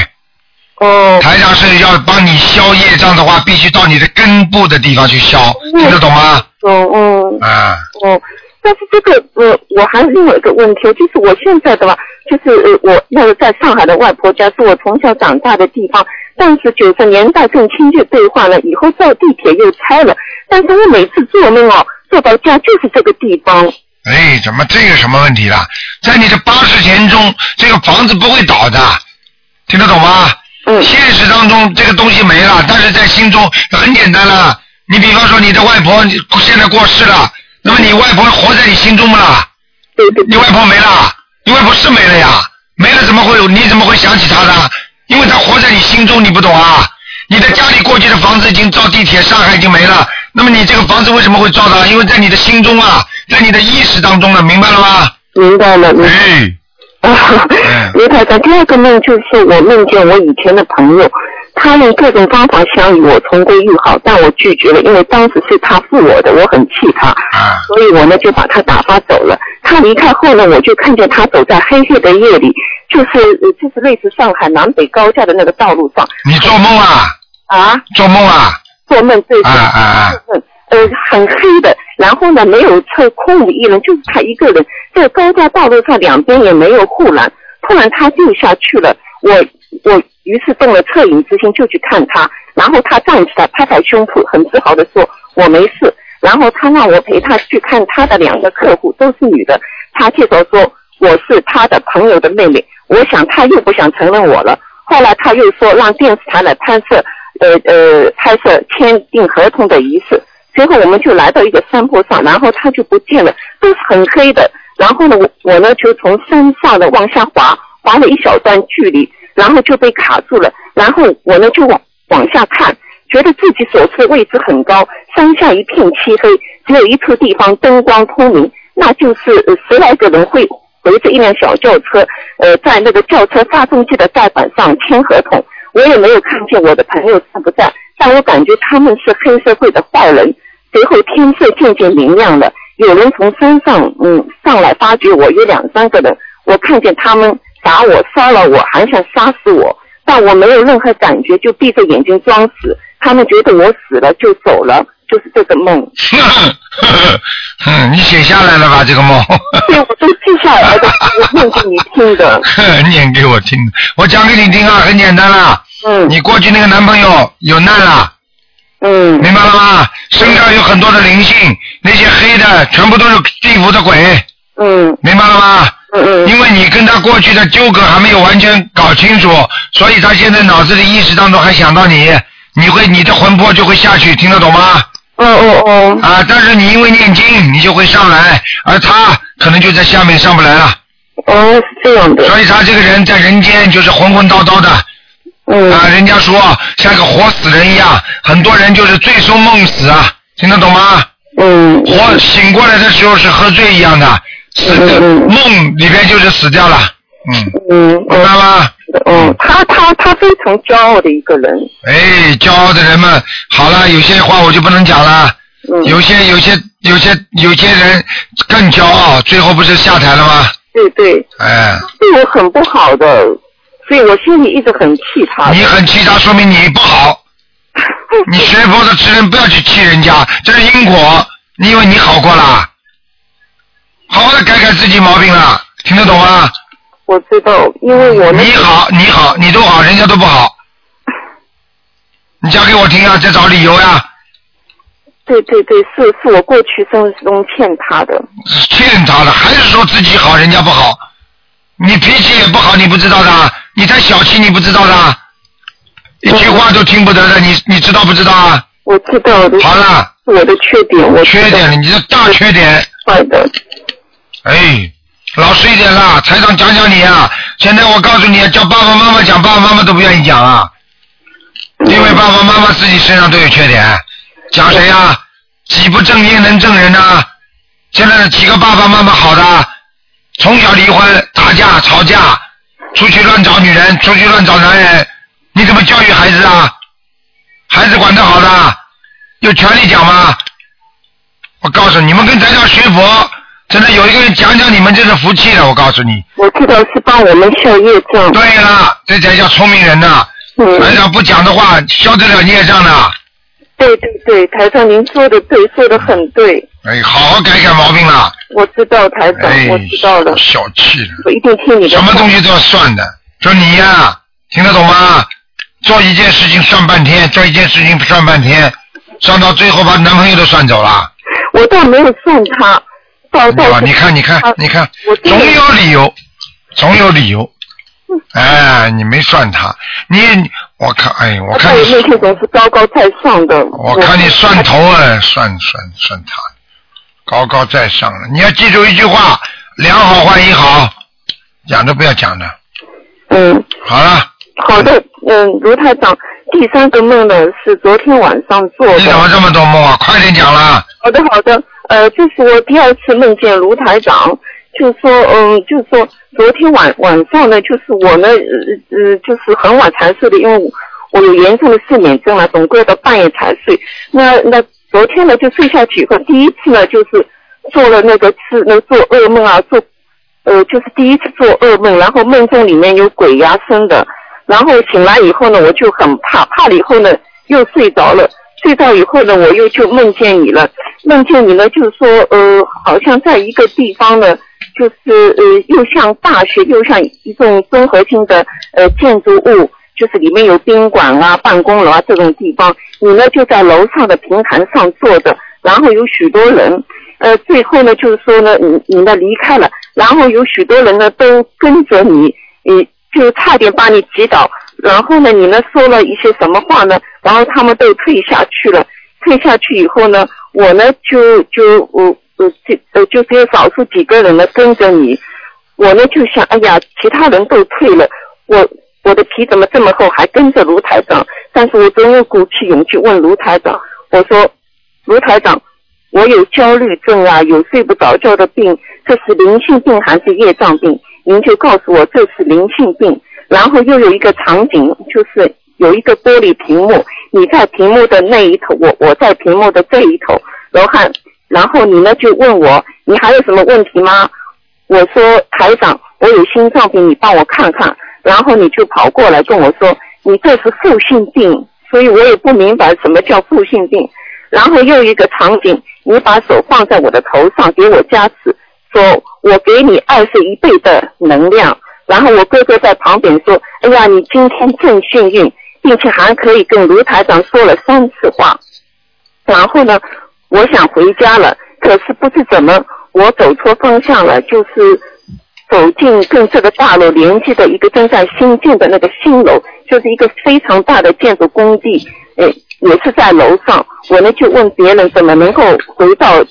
H: 哦。
B: 台长是要帮你消业障的话，必须到你的根部的地方去消，听得懂吗？
H: 嗯嗯
B: 啊，
H: 哦，但是这个呃，我还有另外一个问题，就是我现在的吧，就是呃，我那个在上海的外婆家是我从小长大的地方，但是九十年代跟亲戚兑换了，以后造地铁又拆了，但是我每次做梦哦，做到家就是这个地方。
B: 哎，怎么这有什么问题了？在你的八十年中，这个房子不会倒的，听得懂吗？
H: 嗯。
B: 现实当中这个东西没了，但是在心中很简单了。你比方说你的外婆你现在过世了，那么你外婆活在你心中不啦？
H: 对对。
B: 你外婆没了，你外婆是没了呀，没了怎么会有？你怎么会想起她的？因为她活在你心中，你不懂啊。你的家里过去的房子已经造地铁，上海已经没了，那么你这个房子为什么会造的？因为在你的心中啊，在你的意识当中了，明白了吗？
H: 明白了，明白
B: 哎，
H: 啊， 卢台长，第二个梦就是我梦见我以前的朋友，他用各种方法想与我重归于好，但我拒绝了，因为当时是他负我的，我很气他，
B: 啊
H: 所以我呢就把他打发走了。他离开后呢，我就看见他走在黑夜的夜里，就是呃就是类似上海南北高架的那个道路上。
B: 你做梦啊？
H: 啊？
B: 做梦啊？
H: 做梦对对
B: 啊啊啊！
H: 呃，很黑的，然后呢，没有车，空无一人，就是他一个人。在高架道路上，两边也没有护栏。突然他掉下去了，我我于是动了恻隐之心，就去看他。然后他站起来，拍拍胸脯，很自豪地说：“我没事。”然后他让我陪他去看他的两个客户，都是女的。他介绍说我是他的朋友的妹妹。我想他又不想承认我了。后来他又说让电视台来拍摄，呃呃，拍摄签订合同的仪式。随后我们就来到一个山坡上，然后他就不见了，都是很黑的。然后呢，我我呢就从山上呢往下滑，滑了一小段距离，然后就被卡住了。然后我呢就往往下看，觉得自己所处的位置很高，山下一片漆黑，只有一处地方灯光通明，那就是呃十来个人会围着一辆小轿车，呃，在那个轿车发动机的盖板上签合同。我也没有看见我的朋友在不在，但我感觉他们是黑社会的坏人。随后天色渐渐明亮了，有人从山上嗯上来，发觉我有两三个人，我看见他们打我、杀了我，还想杀死我，但我没有任何感觉，就闭着眼睛装死。他们觉得我死了就走了，就是这个梦。
B: 嗯，你写下来了吧？这个梦。
H: 对，我都记下来的，我念给你听的。
B: 念给我听的，我讲给你听啊，很简单啦。
H: 嗯。
B: 你过去那个男朋友有难了。
H: 嗯。
B: 明白了吗？身上有很多的灵性，那些黑的全部都是地府的鬼。
H: 嗯。
B: 明白了吗？
H: 嗯嗯。
B: 因为你跟他过去的纠葛还没有完全搞清楚，所以他现在脑子里意识当中还想到你，你会你的魂魄就会下去，听得懂吗？
H: 哦哦哦。
B: 啊，但是你因为念经，你就会上来，而他可能就在下面上不来了。
H: 哦，是这样的。
B: 所以他这个人在人间就是混混叨叨的。
H: 嗯。
B: 啊，人家说像个活死人一样，很多人就是醉生梦死啊，听得懂吗？
H: 嗯。
B: 活醒过来的时候是喝醉一样的，死的、梦里边就是死掉了。
H: 嗯，明白
B: 吗？
H: 嗯，他他他非常骄傲的一个人。
B: 哎，骄傲的人们，好了，有些话我就不能讲了。
H: 嗯
B: 有些有些有些有些人更骄傲，最后不是下台了吗？
H: 对对，
B: 哎，
H: 对我很不好的，所以我心里一直很气他。
B: 你很气他，说明你不好。你学佛的吃人不要去气人家，这是因果。你以为你好过啦？好好的改改自己毛病啦，听得懂吗？
H: 我知道，因为我
B: 你好，你好，你都好，人家都不好。你讲给我听啊，再找理由呀、
H: 对对对，是是我过去生活中欠他的。
B: 欠他的，还是说自己好人家不好？你脾气也不好，你不知道的啊，你太小气，你不知道的啊，一句话都听不得的，你你知道不知道啊？
H: 我知道的。
B: 好了，
H: 我的缺点，我
B: 缺点，你这大缺点。
H: 坏的。
B: 哎，老实一点啦，台长讲讲你啊。现在我告诉你，啊叫爸爸妈妈讲，爸爸妈妈都不愿意讲啊，因为爸爸妈妈自己身上都有缺点，讲谁呀、啊？己不正焉能正人呐、现在几个爸爸妈妈好的，从小离婚、打架、吵架，出去乱找女人，出去乱找男人，你怎么教育孩子啊？孩子管得好的，有权利讲吗？我告诉你你们跟咱家学佛，真的有一个人讲讲你们这是福气了。我告诉你，
H: 我知道是帮我们消业障。嗯
B: 对了，这才叫聪明人呐。台长不讲的话，消得了孽障的。
H: 对对对，台上您说的对，说的很对，
B: 哎，好好改改毛病啦。
H: 我知道台长，
B: 哎
H: 啊我知道了，
B: 小气了。
H: 我一定听你的。
B: 什么东西都要算的。说你呀、听得懂吗？做一件事情算半天，做一件事情算半天，算到最后把男朋友都算走了。
H: 我倒没有送他，到到
B: 啊，你看，你看，你看，总有理由，总有理由。哎，你没算他，你我看，哎，我看
H: 我
B: 你，
H: 那天总是高高在上的。
B: 我看你算头啊，算算算他，高高在上了。你要记住一句话：良好换一好，讲都不要讲的。
H: 嗯。
B: 好了，
H: 好的，嗯，卢台长，第三个梦呢是昨天晚上做的。
B: 你怎么这么多梦啊？快点讲啦！
H: 好的，好的，呃，这是我第二次梦见卢台长，就说，嗯，就说昨天晚晚上呢，就是我呢，呃呃，就是很晚才睡的，因为我我有严重的睡眠症了，总归到半夜才睡。那那昨天呢，就睡下去以后，第一次呢，就是做了那个是那个做噩梦啊，做呃，就是第一次做噩梦，然后梦中里面有鬼压身的，然后醒来以后呢，我就很怕，怕了以后呢，又睡着了，睡着以后呢，我又就梦见你了，梦见你呢，就是说，呃，好像在一个地方呢，就是呃，又像大学，又像一栋综合性的呃建筑物，就是里面有宾馆啊、办公楼啊这种地方，你呢就在楼上的平台上坐着，然后有许多人，呃，最后呢就是说呢，你你呢离开了，然后有许多人呢都跟着你，你就差点把你击倒，然后呢你呢说了一些什么话呢，然后他们都退下去了，退下去以后呢，我呢就就我我就呃就只有少数几个人呢跟着你，我呢就想，哎呀，其他人都退了，我我的皮怎么这么厚，还跟着卢台长？但是我总有鼓起勇气问卢台长，我说，卢台长，我有焦虑症啊，有睡不着觉的病，这是灵性病还是业障病？您就告诉我这是灵性病。然后又有一个场景，就是有一个玻璃屏幕，你在屏幕的那一头，我我在屏幕的这一头，罗汉，然后你呢就问我，你还有什么问题吗？我说台长，我有心脏病，你帮我看看。然后你就跑过来跟我说，你这是负性病，所以我也不明白什么叫负性病。然后又一个场景，你把手放在我的头上给我加持，说我给你二十一倍的能量。然后我哥哥在旁边说，哎呀，你今天正幸运，并且还可以跟卢台长说了三次话。然后呢，我想回家了，可是不知怎么我走错方向了，就是走进跟这个大楼连接的一个正在新建的那个新楼，就是一个非常大的建筑工地。哎，也是在楼上，我呢就问别人怎么能够回到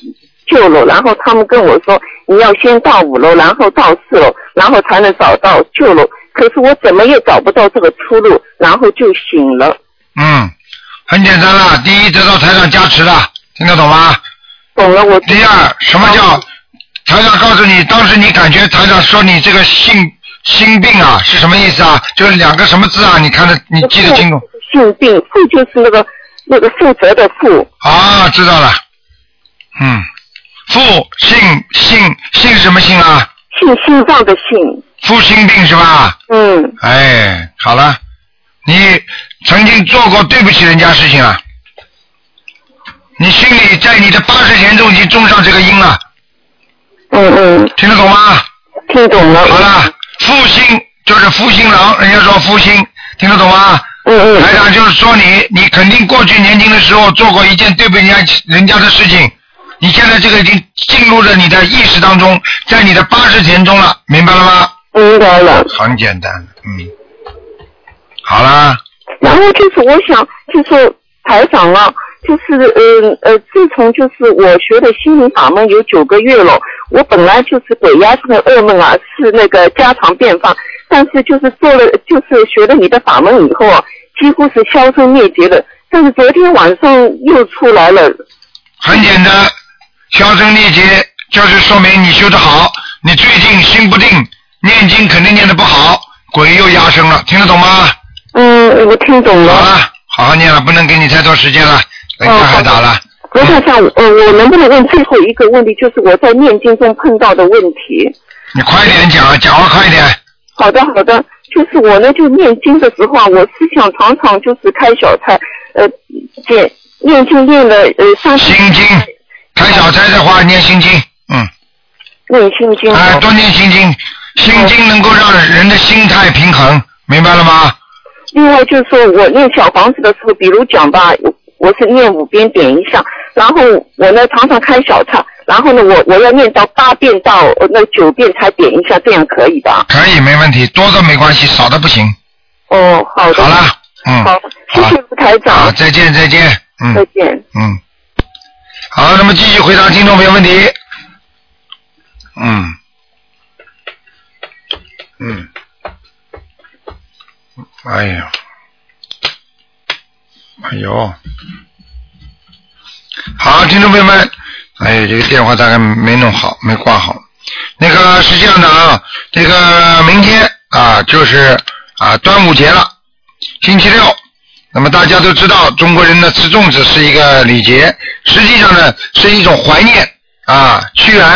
H: 旧楼，然后他们跟我说你要先到五楼，然后到四楼，然后才能找到旧楼。可是我怎么也找不到这个出路，然后就醒了。
B: 嗯，很简单啦，第一得到台长加持了，听得懂吗？
H: 懂了，我。
B: 第二，什么叫台长告诉你，当时你感觉台长说你这个性心病啊是什么意思啊？就是两个什么字啊？你看的你记得清楚？
H: 性病，负就是那个那个负责的负。
B: 啊，知道了。嗯，负性性性什么性啊？
H: 性心脏的性。
B: 负心病是吧？
H: 嗯。
B: 哎，好了，你曾经做过对不起人家事情啊？你心里在你的八十前中已经种上这个因了。
H: 嗯嗯。
B: 听得懂吗？
H: 听懂了。
B: 啊好了，负心就是负心郎，人家说负心，听得懂吗？
H: 嗯嗯。
B: 台长就是说你，你肯定过去年轻的时候做过一件对不起人家人家的事情，你现在这个已经进入了你的意识当中，在你的八十前中了，明白了吗？
H: 嗯明白了。
B: 很简单，嗯。好啦，
H: 然后就是我想，就是台长啊，就是呃呃，自从就是我学了心灵法门有九个月了，我本来就是鬼压床的噩梦啊，是那个家常便饭，但是就是做了，就是学了你的法门以后啊，几乎是销声灭绝的。但是昨天晚上又出来了，
B: 很简单，销声匿迹就是说明你修得好，你最近心不定，念经肯定念得不好，鬼又压身了，听得懂吗？
H: 嗯，我听懂了。
B: 好了，好好念了，不能给你太多时间
H: 哦
B: 了，人家还打了。
H: 罗太上，呃，我能不能问最后一个问题，就是我在念经中碰到的问题？
B: 你快点讲，啊讲话快点。
H: 好的，好的，就是我呢，就念经的时候啊，我思想常常就是开小差，呃，念念经念了呃三十。
B: 心经，开小差的话念心经，嗯。
H: 念心经。
B: 哎，多念心经，心经能够让人的心态平衡，明白了吗？
H: 另外就是说我念小房子的时候，比如讲吧，我我是念五遍点一下，然后我呢常常开小差，然后呢我我要念到八遍到呃那九遍才点一下，这样可以吧？
B: 可以，没问题，多的没关系，少的不行。
H: 哦，好的。
B: 好了，嗯。啊
H: 好，谢谢卢台长。
B: 好，再见，再见，嗯。
H: 再见。
B: 嗯。好，那么继续回答听众朋友问题。嗯。嗯。哎呦，哎呦，好，听众朋友们，哎呦，这个电话大概没弄好，没挂好。那个是这样的啊，这个明天啊就是啊端午节了，星期六。那么大家都知道，中国人呢吃粽子是一个礼节，实际上呢是一种怀念啊，屈原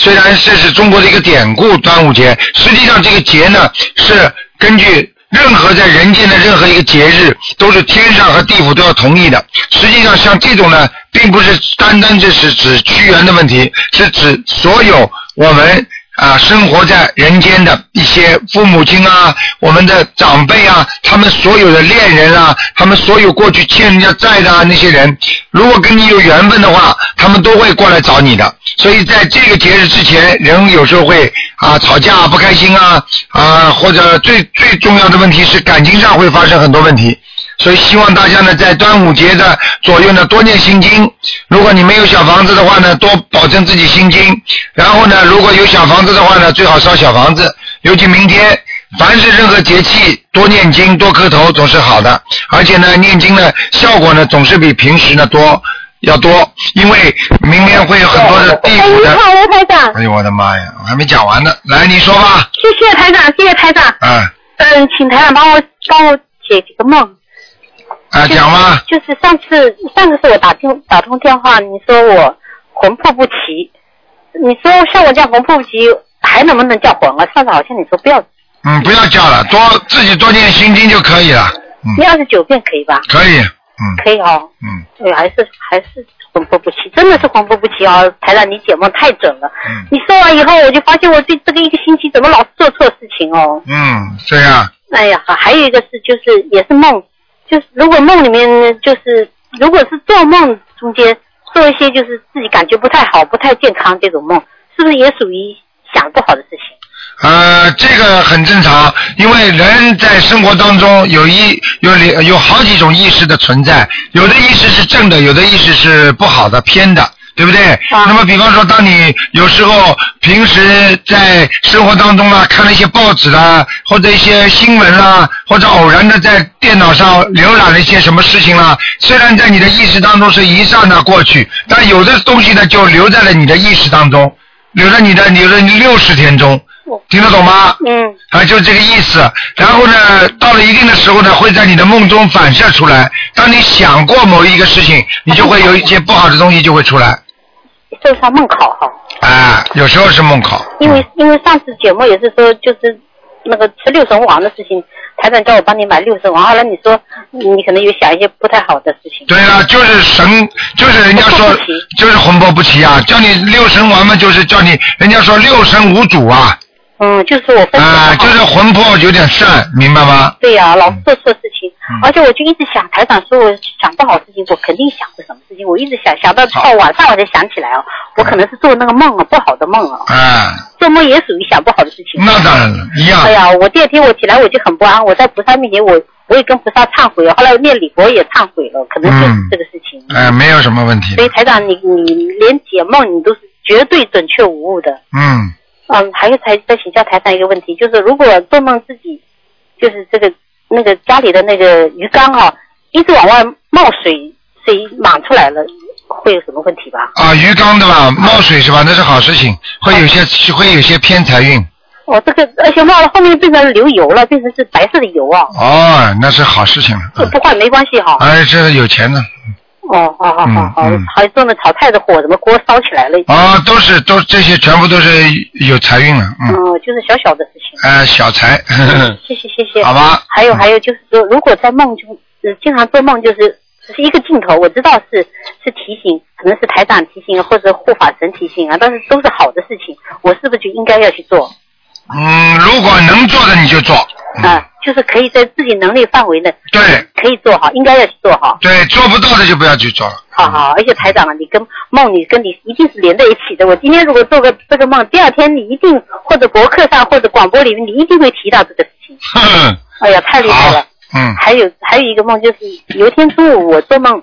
B: 虽然这是中国的一个典故，端午节，实际上这个节呢是根据任何在人间的任何一个节日，都是天上和地府都要同意的。实际上，像这种呢，并不是单单这是指屈原的问题，是指所有我们啊生活在人间的一些父母亲啊，我们的长辈啊，他们所有的恋人啊，他们所有过去欠人家债的啊那些人，如果跟你有缘分的话，他们都会过来找你的。所以在这个节日之前，人有时候会啊吵架不开心啊啊，或者最最重要的问题是感情上会发生很多问题。所以希望大家呢，在端午节的左右呢，多念心经。如果你没有小房子的话呢，多保证自己心经。然后呢，如果有小房子的话呢，最好烧小房子。尤其明天，凡是任何节气，多念经、多磕头总是好的。而且呢，念经呢，效果呢，总是比平时呢多要多，因为明天会有很多的地
F: 哎，
B: 府
F: 你
B: 的。
F: 好，罗台长，
B: 哎呦我的妈呀，我还没讲完呢，来你说吧，
F: 谢谢台长，谢谢台长。
B: 啊
F: 嗯，请台长帮我帮我解几个梦。
B: 啊讲吧，
F: 就是上次上次我打电打通电话，你说我魂魄不齐，你说像我这样魂魄不齐还能不能叫魂啊？上次好像你说不要，
B: 嗯，不要叫了，多自己多念心经就可以了，嗯
F: 念二十九遍可以吧？
B: 可以，嗯
F: 可以哦。
B: 嗯。
F: 对，还是还是魂魄不齐，真的是魂魄不齐哦！台长，你解梦太准了。
B: 嗯
F: 你说完以后，我就发现我这这个一个星期怎么老是做错事情哦。
B: 嗯，这样，
F: 哎呀，还有一个是就是也是梦，就是如果梦里面就是如果是做梦中间做一些就是自己感觉不太好、不太健康这种梦，是不是也属于想不好的事情？
B: 呃，这个很正常，因为人在生活当中有一有两有好几种意识的存在，有的意识是正的，有的意识是不好的、偏的，对不对？那么，比方说，当你有时候平时在生活当中啊，看了一些报纸啦，或者一些新闻啦，或者偶然的在电脑上浏览了一些什么事情啦，虽然在你的意识当中是一刹那过去，但有的东西呢就留在了你的意识当中，留在你的留在你六十天中。听得懂吗？嗯。啊，就这个意思。然后呢，到了一定的时候呢，会在你的梦中反射出来。当你想过某一个事情，你就会有一些不好的东西就会出来。
F: 这是他梦考哈，
B: 啊，有时候是梦考。
F: 因为因为上次节目也是说就是那个吃六神王的事情，台长叫我帮你买六神王，后来你说你可能有想一些不太好的事情，
B: 嗯对了，就是神，就是人家说，就是魂魄不齐啊，叫你六神王嘛，就是叫你人家说六神无主啊。
F: 嗯，就是我分
B: 啊，就是嗯魂魄有点散，明白吗？
F: 对呀、老是做错事情，
B: 嗯
F: 而且我就一直想台长说我想不好事情，我肯定想过什么事情，我一直想想到到晚上我才想起来
B: 嗯
F: 哦，我可能是做那个梦啊，不好的梦啊，
B: 啊，
F: 做梦也属于想不好的事情。
B: 那当然了，一样。
F: 哎呀，我第二天我起来我就很不安，我在菩萨面前我我也跟菩萨忏悔了，哦后来念礼佛也忏悔了，可能就是
B: 嗯
F: 这个事情。
B: 哎、没有什么问题
F: 所。以台长，你你连解梦你都是绝对准确无误的。
B: 嗯，
F: 嗯，还有才再请教台长一个问题，就是如果做梦自己就是这个那个家里的那个鱼缸啊，一直往外冒水，水满出来了，会有什么问题吧？
B: 啊，鱼缸的吧，冒水是吧？那是好事情，会有些会有些偏财运。
F: 哦，这个而且冒了后面变成流油了，变成是白色的油啊，
B: 哦，那是好事情了。
F: 这不坏没关系哈、
B: 哎，这有钱呢。
F: 哦，好好好好，
B: 嗯
F: 还有这么炒菜的火，什么锅烧起来了，
B: 啊，都是都这些全部都是有财运了，嗯，
F: 嗯，就是小小的事 情。
B: 哎、小财，呵呵
F: 谢谢谢谢。
B: 好吧
F: 还有还有就是说，如果在梦中，呃，经常做梦，就是只是一个镜头，我知道是是提醒，可能是台长提醒或者护法神提醒啊，但是都是好的事情，我是不是就应该要去做？
B: 嗯，如果能做的你就做，嗯
F: 啊，就是可以在自己能力范围内，
B: 对，
F: 可以做好，应该要去做好。
B: 对，做不到的就不要去做了。
F: 好好，而且台长啊，你跟梦你跟你一定是连在一起的。我今天如果做个这个梦，第二天你一定或者博客上或者广播里面，你一定会提到这个事情。
B: 哼，
F: 哎呀， 太厉害了！
B: 嗯，
F: 还有还有一个梦，就是有一天中午我做梦，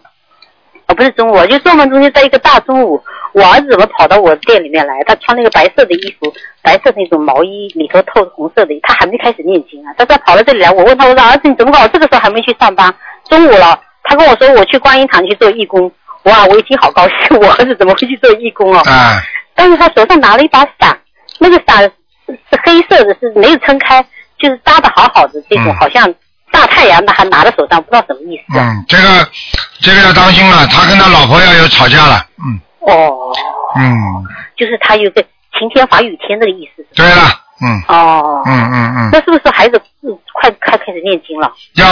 F: 啊不是中午，我就做梦中间在一个大中午，我儿子怎么跑到我店里面来？他穿了一个白色的衣服，白色的那种毛衣，里头透红色的，他还没开始念经啊，他他跑到这里来，我问他，我说儿子你怎么搞？这个时候还没去上班，中午了，他跟我说我去观音堂去做义工，哇，我一听好高兴，我儿子怎么会去做义工哦？
B: 啊，
F: 但是他手上拿了一把伞，那个伞是黑色的，是没有撑开，就是搭的好好的这种，好像大太阳的还拿在手上，不知道什么意思。
B: 嗯，这个这个要当心了，他跟他老婆要有吵架了，嗯
F: 哦，
B: 嗯，
F: 就是他有个晴天法雨天这个意思。
B: 对了，嗯
F: 哦，
B: 嗯嗯嗯，
F: 那是不是孩子嗯快快开始念经了？
B: 要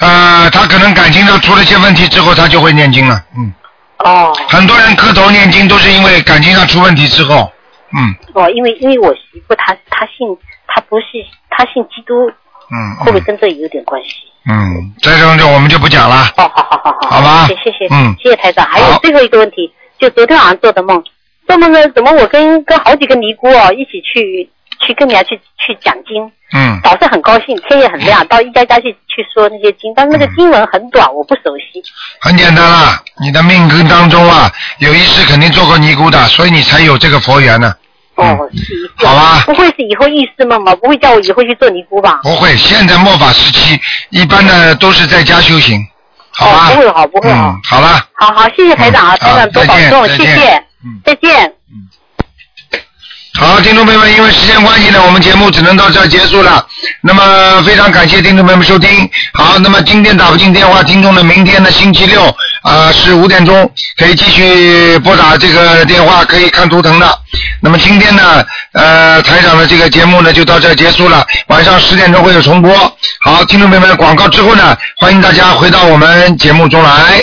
B: 呃，他可能感情上出了些问题之后，他就会念经了，嗯。
F: 哦。
B: 很多人磕头念经都是因为感情上出问题之后，嗯
F: 哦，因为因为我媳妇她她信她不是她信基督，
B: 嗯
F: 会不会跟这有点关系？
B: 嗯，这种就我们就不讲了。
F: 哦，好好好好，
B: 好吧
F: 谢谢谢，
B: 嗯
F: 谢谢台长。还有最后一个问题，就昨天晚上做的梦，做梦呢，怎么我跟跟好几个尼姑哦一起去去跟人家去去讲经，
B: 嗯
F: 早上很高兴，天也很亮，到一家家去去说那些经，但
B: 嗯
F: 是那个经文很短，我不熟悉。
B: 很简单啦，你的命根当中啊，有一世肯定做过尼姑的，所以你才有这个佛缘呢。
F: 哦，
B: 好吧，
F: 不会是以后预示梦吧？不会叫我以后去做尼姑吧？
B: 不会，现在末法时期，一般的都是在家修行。好吧，
F: 哦不会好不会好
B: 嗯，好了，
F: 好好，谢谢台长啊，
B: 嗯好
F: 台长多保重，
B: 再
F: 谢
B: 见嗯
F: 谢
B: 再见，
F: 再见。
B: 好，听众朋友们，因为时间关系呢，我们节目只能到这儿结束了。那么非常感谢听众朋友们收听。好，那么今天打不进电话，听众呢，明天呢星期六啊、是五点钟可以继续拨打这个电话，可以看图腾的。那么今天呢，呃，台长的这个节目呢就到这儿结束了，晚上十点钟会有重播。好，听众朋友们，广告之后呢，欢迎大家回到我们节目中来。